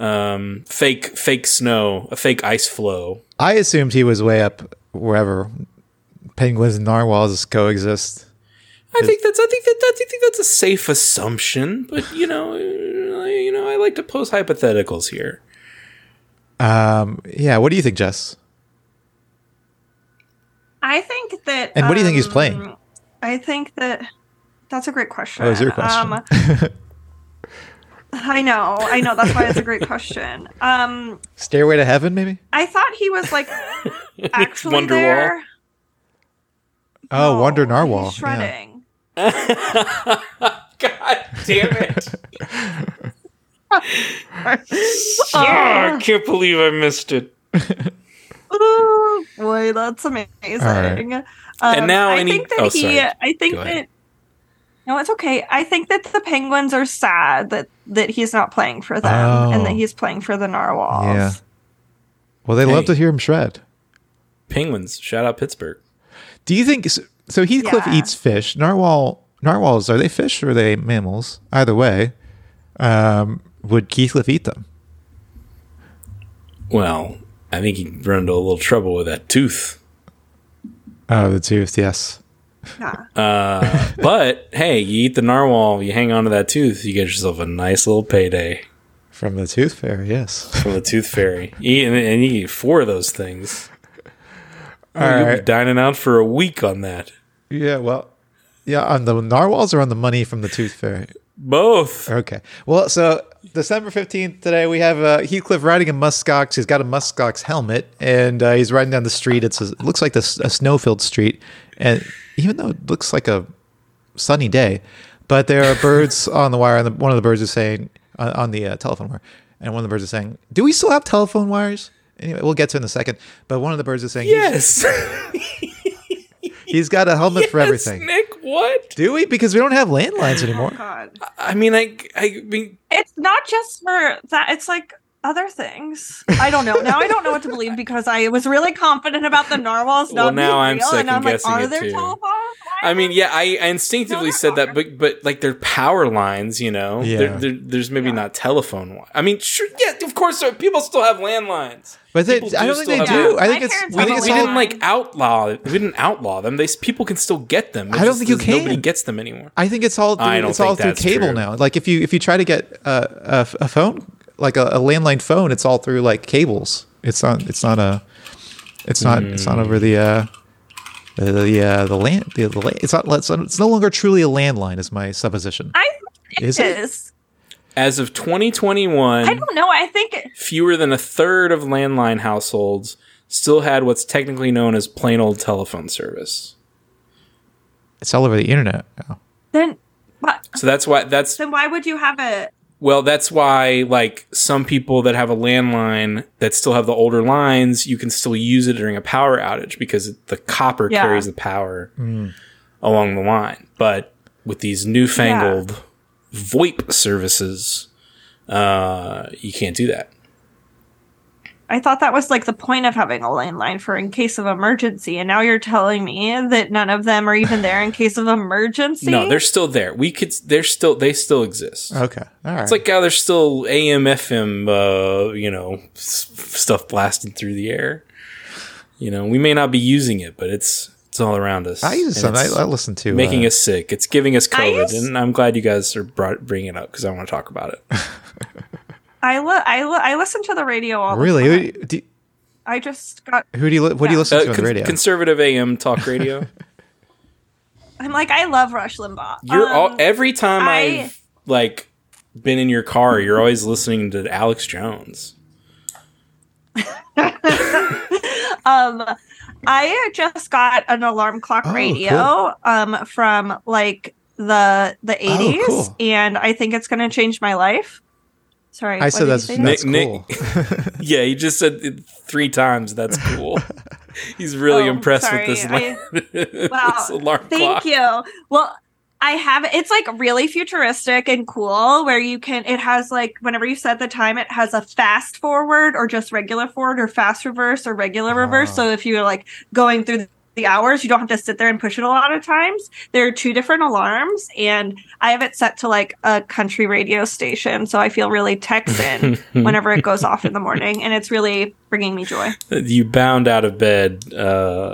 Speaker 3: um, fake fake snow, a fake ice flow.
Speaker 2: I assumed he was way up wherever penguins and narwhals coexist.
Speaker 3: I think that's I think that, that I think that's a safe assumption, but you know, uh, you know, I like to pose hypotheticals here.
Speaker 2: Um, yeah. What do you think, Jess?
Speaker 4: I think that.
Speaker 2: And what do you think he's
Speaker 4: um,
Speaker 2: playing? Oh,
Speaker 4: I think that that's a great question.
Speaker 2: That was your question.
Speaker 4: Um, [LAUGHS] I know, I know. That's why it's a great question. Um,
Speaker 2: Stairway to Heaven, maybe.
Speaker 4: I thought he was
Speaker 3: [LAUGHS]
Speaker 4: like actually
Speaker 3: Wonderwall.
Speaker 4: there.
Speaker 2: Oh,
Speaker 4: No,
Speaker 2: Wonder
Speaker 4: he's
Speaker 2: Narwhal. Yeah.
Speaker 4: Shredding.
Speaker 3: God damn it!
Speaker 4: Oh,
Speaker 3: Ah, I can't believe I missed it.
Speaker 4: ooh, [LAUGHS] boy, that's amazing. Um,
Speaker 3: And now
Speaker 4: I
Speaker 3: any-
Speaker 4: think that
Speaker 3: oh,
Speaker 4: he.
Speaker 3: sorry.
Speaker 4: I think
Speaker 3: Go ahead.
Speaker 4: that. No, it's okay. I think that the penguins are sad that that he's not playing for them
Speaker 2: Oh.
Speaker 4: and that he's playing for the narwhals.
Speaker 2: Yeah. Well, they love
Speaker 3: Hey.
Speaker 2: to hear him shred.
Speaker 3: Penguins. Shout out Pittsburgh.
Speaker 2: Do you think so? so Heathcliff
Speaker 4: Yeah.
Speaker 2: eats fish. Narwhal, narwhals are they fish or are they mammals? Either way, um, would Heathcliff eat them?
Speaker 3: Well, I think he'd run into a little trouble with that tooth.
Speaker 2: Oh, the tooth. Yes.
Speaker 4: Yeah.
Speaker 3: Uh, but hey, you eat the narwhal, you hang on to that tooth, you get yourself a nice little payday
Speaker 2: From the tooth fairy. Yes.
Speaker 3: from the tooth fairy. Eat, and, and you eat four of those things.
Speaker 2: All
Speaker 3: You'll
Speaker 2: right.
Speaker 3: be dining out for a week on that.
Speaker 2: [LAUGHS] Yeah. Well. Yeah. On the narwhals or on the money from the tooth fairy.
Speaker 3: Both.
Speaker 2: Okay. Well, so December 15th today, we have uh, Heathcliff riding a muskox. He's got a muskox helmet and uh, he's riding down the street. It's a, it looks like this, a snow filled street. And even though it looks like a sunny day, but there are birds [LAUGHS] on the wire. And the, one of the birds is saying, on on the uh, telephone wire, and one of the birds is saying, Do we still have telephone wires? Anyway, we'll get to it in a second. But one of the birds is saying, he's-
Speaker 3: Yes.
Speaker 2: he's got a helmet
Speaker 4: [LAUGHS]
Speaker 2: for
Speaker 3: [LAUGHS]
Speaker 2: everything.
Speaker 3: Nick, what?
Speaker 2: Do we? Because we don't have landlines anymore.
Speaker 4: God.
Speaker 3: I mean, I, I mean,
Speaker 4: It's not just for that. It's like other things. I don't know. Now I don't know what to believe because I was really confident about the narwhals.
Speaker 3: Well,
Speaker 4: not
Speaker 3: now
Speaker 4: being
Speaker 3: I'm
Speaker 4: real, and I'm like,
Speaker 3: second-guessing
Speaker 4: are
Speaker 3: it
Speaker 4: there
Speaker 3: too.
Speaker 4: telephones?
Speaker 3: I mean, yeah, I, I instinctively
Speaker 4: No,
Speaker 3: said that,
Speaker 4: they're
Speaker 3: but but like they're power lines, you know.
Speaker 2: Yeah.
Speaker 3: There- there- there's maybe not telephone. Wi- I mean, sure, yeah, of course, there- people still have landlines.
Speaker 2: But they,
Speaker 3: People
Speaker 2: I
Speaker 3: do
Speaker 2: don't think
Speaker 3: still
Speaker 2: they
Speaker 3: have
Speaker 2: do. I
Speaker 4: landlines. My
Speaker 2: think it's, I
Speaker 4: parents
Speaker 3: We,
Speaker 4: have
Speaker 2: think
Speaker 4: a
Speaker 2: it's
Speaker 3: didn't- we
Speaker 4: landline.
Speaker 3: didn't like outlaw. We didn't outlaw them. They s- people can still get them. It's
Speaker 2: I don't
Speaker 3: just
Speaker 2: think you
Speaker 3: that Nobody
Speaker 2: can.
Speaker 3: gets them anymore.
Speaker 2: I think it's all through,
Speaker 3: I don't
Speaker 2: it's all
Speaker 3: think
Speaker 2: through
Speaker 3: that's
Speaker 2: cable
Speaker 3: true.
Speaker 2: now. Like if you if you try to get uh, a f- a phone, like a, a landline phone, it's all through like cables. It's not it's not a it's not it's not over the uh the the, uh, the land the, the la- it's not it's, it's no longer truly a landline is my supposition.
Speaker 4: I think
Speaker 2: Is
Speaker 4: is
Speaker 2: it?
Speaker 3: As of
Speaker 4: I
Speaker 3: 2021,
Speaker 4: don't know. I think it-
Speaker 3: fewer than a third of landline households still had what's technically known as plain old telephone service.
Speaker 2: It's all over the internet. now.
Speaker 4: then. But,
Speaker 3: So that's why that's
Speaker 4: then why would you have it?
Speaker 3: Well, that's why, like, some people that have a landline that still have the older lines, you can still use it during a power outage because the copper
Speaker 4: Yeah.
Speaker 3: carries the power along the line. But with these newfangled VoIP services, uh, you can't do that.
Speaker 4: I thought that was like the point of having a landline for in case of emergency, and now you're telling me that none of them are even there
Speaker 2: [LAUGHS]
Speaker 4: in case of emergency.
Speaker 3: No, they're still there. We could, they're still, they still exist.
Speaker 2: Okay, all right.
Speaker 3: It's like how there's still AM, FM, uh, you know, s- stuff blasting through the air. You know, we may not be using it, but it's it's all around us.
Speaker 2: I use some.
Speaker 3: And
Speaker 2: I,
Speaker 3: it's
Speaker 2: I listen to
Speaker 3: making
Speaker 2: uh,
Speaker 3: us sick. It's giving us
Speaker 4: I
Speaker 3: COVID,
Speaker 4: use-
Speaker 3: and I'm glad you guys are brought, bringing it up because I want to talk about
Speaker 2: [LAUGHS]
Speaker 3: it.
Speaker 4: I li- I li- I listen to the radio all
Speaker 2: really.
Speaker 4: the time.
Speaker 2: Who do,
Speaker 4: I just got
Speaker 2: who do you li- what do you
Speaker 4: Yeah.
Speaker 2: listen
Speaker 3: Uh,
Speaker 2: to on
Speaker 3: con-
Speaker 2: the radio?
Speaker 3: Conservative AM talk
Speaker 4: [LAUGHS]
Speaker 3: radio.
Speaker 4: I'm like, I love Rush Limbaugh.
Speaker 3: You're all
Speaker 4: Um,
Speaker 3: every time
Speaker 4: I-
Speaker 3: I, have like been in your car, you're always listening to Alex Jones.
Speaker 4: um, I just got an alarm clock
Speaker 2: Oh,
Speaker 4: radio
Speaker 2: cool. Oh,
Speaker 4: um from like the the 80s,
Speaker 2: cool.
Speaker 4: and I think it's gonna change my life. Sorry,
Speaker 2: I
Speaker 4: what
Speaker 2: said
Speaker 4: did you
Speaker 2: that's,
Speaker 4: say?
Speaker 2: that's
Speaker 3: Nick-
Speaker 2: cool.
Speaker 3: Yeah, he just said it three times. That's [LAUGHS] cool. He's really
Speaker 4: Oh,
Speaker 3: impressed
Speaker 4: sorry,
Speaker 3: with this, la-
Speaker 4: I- Wow,
Speaker 3: [LAUGHS] this alarm
Speaker 4: Thank
Speaker 3: clock.
Speaker 4: you. Well, I have it's like really futuristic and cool where you can it has like whenever you set the time it has a fast forward or just regular forward or fast reverse or regular reverse.
Speaker 2: Ah.
Speaker 4: So if you're like going through the hours, you don't have to sit there and push it a lot of times. There are two different alarms and I have it set to like a country radio station, so I feel really Texan whenever it goes off in the morning and it's really bringing me joy.
Speaker 3: You bound out of bed uh,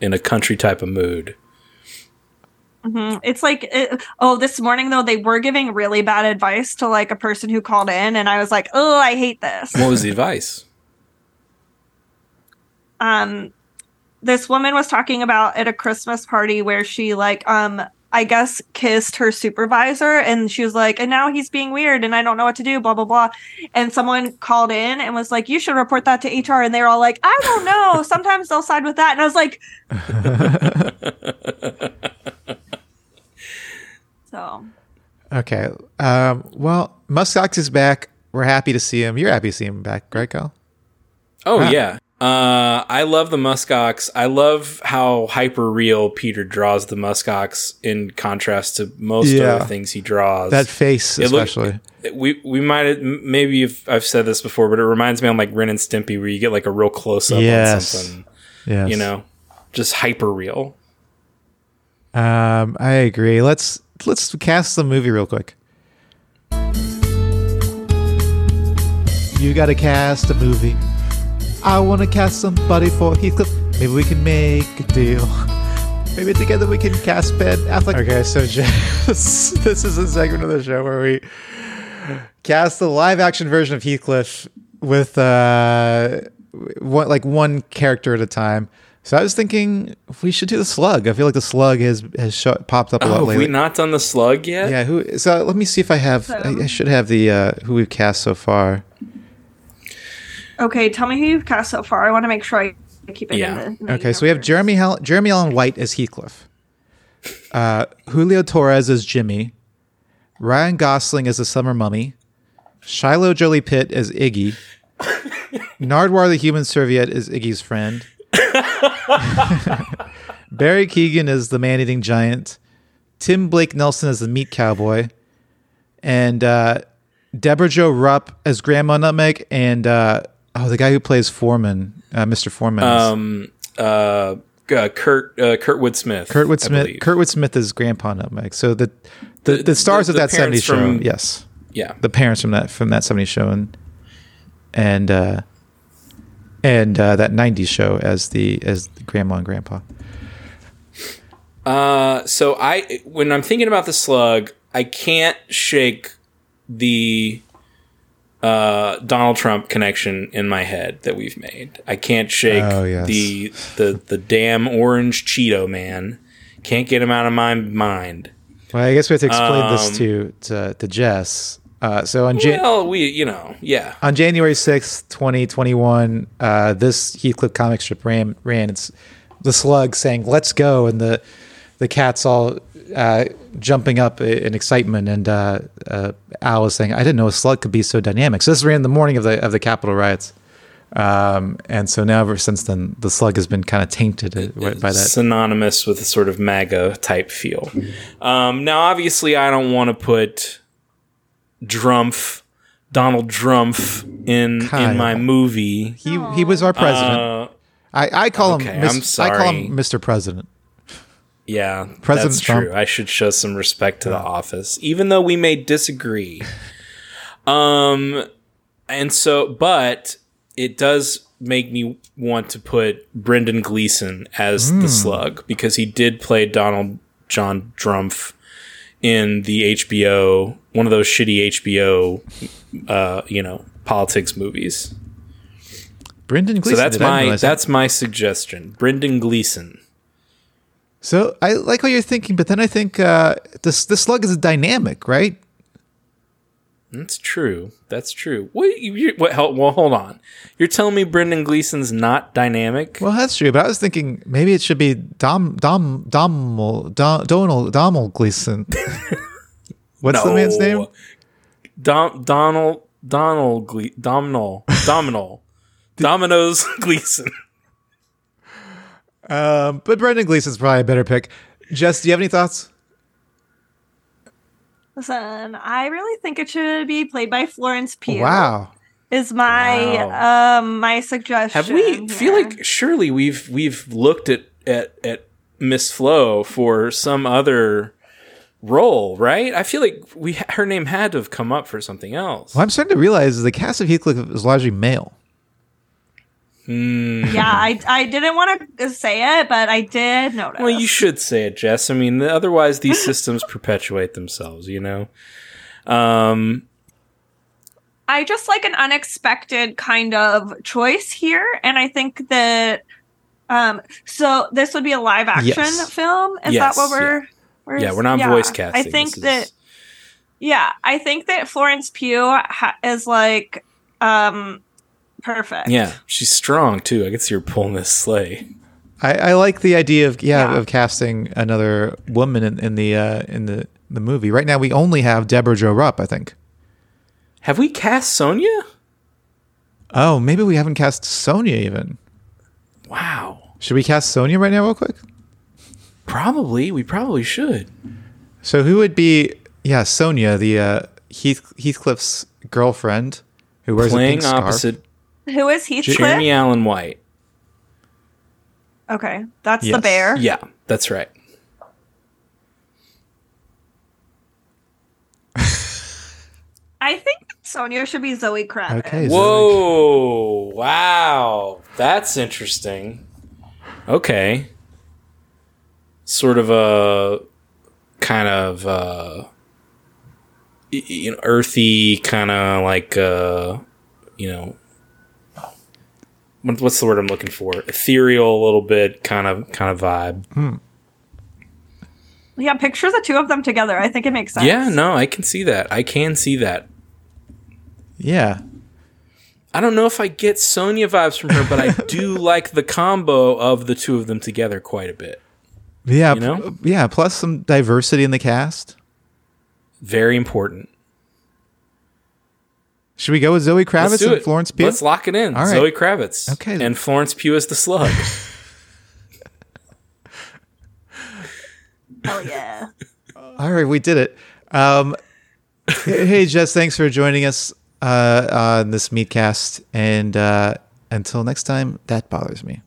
Speaker 3: in a country type of mood.
Speaker 4: Mhm. It's like, it, oh, this morning though, they were giving really bad advice to like a person who called in, and I was like, oh, I hate this.
Speaker 3: What was the advice?
Speaker 4: Um, this woman was talking about at a Christmas party where she like, um, I guess kissed her supervisor, and she was like, and now he's being weird, and I don't know what to do, blah blah blah. And someone called in and was like, you should report that to HR, and they were all like, I don't know. Sometimes they'll side with that, and I was like, so
Speaker 2: Okay. Um, well, Muskox is back. We're happy to see him. You're happy to see him back, right, Kyle?
Speaker 3: Oh
Speaker 2: Ah.
Speaker 3: yeah. Uh, I love the muskox. I love how hyper real Peter draws the muskox in contrast to most
Speaker 2: Yeah.
Speaker 3: other things he draws.
Speaker 2: That face,
Speaker 3: It looked-
Speaker 2: especially.
Speaker 3: we we might have- m- maybe if I've said this before, but it reminds me on like Ren and Stimpy where you get like a real close up on
Speaker 2: Yes.
Speaker 3: something,
Speaker 2: yes.
Speaker 3: you know, just hyper real.
Speaker 2: Um, I agree. Let's let's cast the movie real quick. You gotta cast a movie. I wanna cast somebody for Heathcliff. Maybe we can make a deal. [LAUGHS] Maybe together we can cast Ben Affleck. Okay, so [LAUGHS] just, this is a segment of the show where we cast the live action version of Heathcliff with uh, w- one, like one character at a time. So I was thinking we should do the slug. I feel like the slug has has sho popped up a lot
Speaker 3: Oh, have
Speaker 2: lately.
Speaker 3: we not done the slug yet?
Speaker 2: yeah, who? So let me see if I have. I, I should have the uh, who we've cast so far.
Speaker 4: Okay, tell me who you've cast so far. I want to make sure I keep it
Speaker 3: Yeah.
Speaker 4: in the. in the
Speaker 2: Okay, so we have
Speaker 4: universe.
Speaker 2: Jeremy Hall- Jeremy Allen White as Heathcliff, uh, Julio Torres as Jimmy, Ryan Gosling as the Summer Mummy, Shiloh Jolie Pitt as Iggy, Nardwar the Human Serviette is Iggy's friend, [LAUGHS] Barry Keegan is the man eating giant, Tim Blake Nelson as the meat cowboy, and uh, Deborah Jo Rupp as Grandma Nutmeg, and uh, oh, the guy who plays Foreman, uh, Mr. Foreman. is-
Speaker 3: Um. Uh. uh, Kurt. Uh, Kurtwood Smith.
Speaker 2: Kurtwood
Speaker 3: I
Speaker 2: Smith.
Speaker 3: believe.
Speaker 2: Kurtwood Smith is Grandpa Nutmeg. So the the, the,
Speaker 3: The-
Speaker 2: stars
Speaker 3: the-
Speaker 2: of that
Speaker 3: the
Speaker 2: '70s
Speaker 3: parents
Speaker 2: show,
Speaker 3: from-
Speaker 2: yes,
Speaker 3: Yeah.
Speaker 2: the parents from that from that '70s show, and and uh, and uh, that '90s show as the as the grandma and grandpa.
Speaker 3: Uh, so I when I'm thinking about the slug, I can't shake the uh, Donald Trump connection in my head that we've made. I can't shake
Speaker 2: Oh, yes.
Speaker 3: the the the damn orange Cheeto man. Can't get him out of my mind.
Speaker 2: Well, I guess we have to explain
Speaker 3: Um,
Speaker 2: this to to, to Jess. Uh, so on Jan-
Speaker 3: Well, we you know yeah.
Speaker 2: on January 6th, 2021, uh, this Heathcliff comic strip ran, ran. It's the slug saying, let's go. And the, the cat's all uh, jumping up i- in excitement. And uh, uh, Al is saying, I didn't know a slug could be so dynamic. So this ran the morning of the, of the Capitol riots. Um, and so now ever since then, the slug has been kind of tainted uh, by that.
Speaker 3: synonymous with a sort of MAGA type feel. Um, now, obviously, I don't want to put Drumpf, Donald Drumpf, in
Speaker 2: Kyle.
Speaker 3: in my movie.
Speaker 2: He, he was our president.
Speaker 3: Uh,
Speaker 2: I, I call
Speaker 3: okay,
Speaker 2: him, Mis-
Speaker 3: I'm
Speaker 2: I call
Speaker 3: sorry.
Speaker 2: him Mr. President.
Speaker 3: yeah,
Speaker 2: President
Speaker 3: that's
Speaker 2: Trump.
Speaker 3: true. I should show some respect to the office, even though we may
Speaker 2: [LAUGHS]
Speaker 3: disagree. um, and so, but it does make me want to put Brendan Gleeson as
Speaker 2: Hmm.
Speaker 3: the Slug because he did play Donald John Drumpf in the HBO one of those shitty HBO, uh, you know, politics movies.
Speaker 2: Brendan Gleeson.
Speaker 3: So that's
Speaker 2: did I
Speaker 3: my
Speaker 2: realize that.
Speaker 3: that's my suggestion, Brendan Gleeson.
Speaker 2: So I like how you're thinking, but then I think uh, this this slug is dynamic, right?
Speaker 3: That's true. That's true. What? You, you, what? hel- Well, hold on. You're telling me Brendan Gleeson's not dynamic?
Speaker 2: Well, that's true. But I was thinking maybe it should be Dom Dom Domal Dom, Donald Domal Gleason. What's the man's name?
Speaker 3: Dom, Donald Donald Gle- Domino
Speaker 2: [LAUGHS]
Speaker 3: Domino Domino's [LAUGHS] Gleeson.
Speaker 2: Um, but Brendan Gleason's probably a better pick. Jess, do you have any thoughts?
Speaker 4: Listen, I really think it should be played by Florence Pugh.
Speaker 2: Wow.
Speaker 4: is my
Speaker 3: Wow.
Speaker 4: um my suggestion.
Speaker 3: Have we? Feel
Speaker 4: here.
Speaker 3: like surely we've we've looked at at at Miss Flo for some other role, right? I feel like we her name had to have come up for something else.
Speaker 2: Well, I'm starting to realize the cast of Heathcliff is largely male.
Speaker 4: yeah, I I didn't want to say it, but I did notice.
Speaker 3: Well, you should say it, Jess. I mean, otherwise these systems perpetuate themselves, you know. Um,
Speaker 4: I just like an unexpected kind of choice here, and I think that um so this would be a live action
Speaker 2: Yes.
Speaker 4: film. Is
Speaker 3: Yes,
Speaker 4: that what we're? we're
Speaker 3: yeah, we're not
Speaker 4: yeah.
Speaker 3: voice casting.
Speaker 4: I
Speaker 3: This
Speaker 4: think
Speaker 3: is-
Speaker 4: that yeah, I think that Florence Pugh ha- is like um perfect.
Speaker 3: yeah, she's strong too. I can see her pulling this sleigh.
Speaker 2: I, I like the idea of yeah,
Speaker 4: Yeah.
Speaker 2: of casting another woman in, in the uh, in the the movie. Right now, we only have Deborah Jo Rupp. I think.
Speaker 3: Have we cast Sonia?
Speaker 2: Oh, maybe we haven't cast Sonya even.
Speaker 3: Wow.
Speaker 2: Should we cast Sonia right now, real quick?
Speaker 3: Probably. We probably should.
Speaker 2: So who would be? Yeah, Sonia, the uh, Heath Heathcliff's girlfriend, who wears a pink
Speaker 3: Playing
Speaker 2: scarf.
Speaker 3: opposite
Speaker 4: Who is Heathcliff?
Speaker 3: Jeremy Allen White.
Speaker 4: Okay, that's
Speaker 2: Yes.
Speaker 4: the bear.
Speaker 3: Yeah, that's right.
Speaker 4: I think Sonia should be Zoe Kravitz.
Speaker 2: Okay. Zoe-
Speaker 3: Whoa. Wow. That's interesting. Okay. Sort of a kind of uh y- you know, earthy kind of like uh you know what- what's the word I'm looking for? Ethereal a little bit kind of kind of vibe.
Speaker 4: Yeah, picture the two of them together. I think it makes sense.
Speaker 3: Yeah, no, I can see that. I can see that.
Speaker 2: Yeah.
Speaker 3: I don't know if I get Sonya vibes from her, but I do [LAUGHS] like the combo of the two of them together quite a bit.
Speaker 2: Yeah.
Speaker 3: You know?
Speaker 2: p- Yeah. Plus some diversity in the cast.
Speaker 3: Very important.
Speaker 2: Should we go with Zoe Kravitz
Speaker 3: Let's do
Speaker 2: and
Speaker 3: it.
Speaker 2: Florence Pugh?
Speaker 3: Let's lock it in.
Speaker 2: All right.
Speaker 3: Zoe Kravitz.
Speaker 2: Okay.
Speaker 3: And Florence Pugh is the slug.
Speaker 4: Hell yeah.
Speaker 2: All right, we did it. Um, [LAUGHS] hey, Jess, thanks for joining us uh, on this meetcast, and uh, until next time, that bothers me.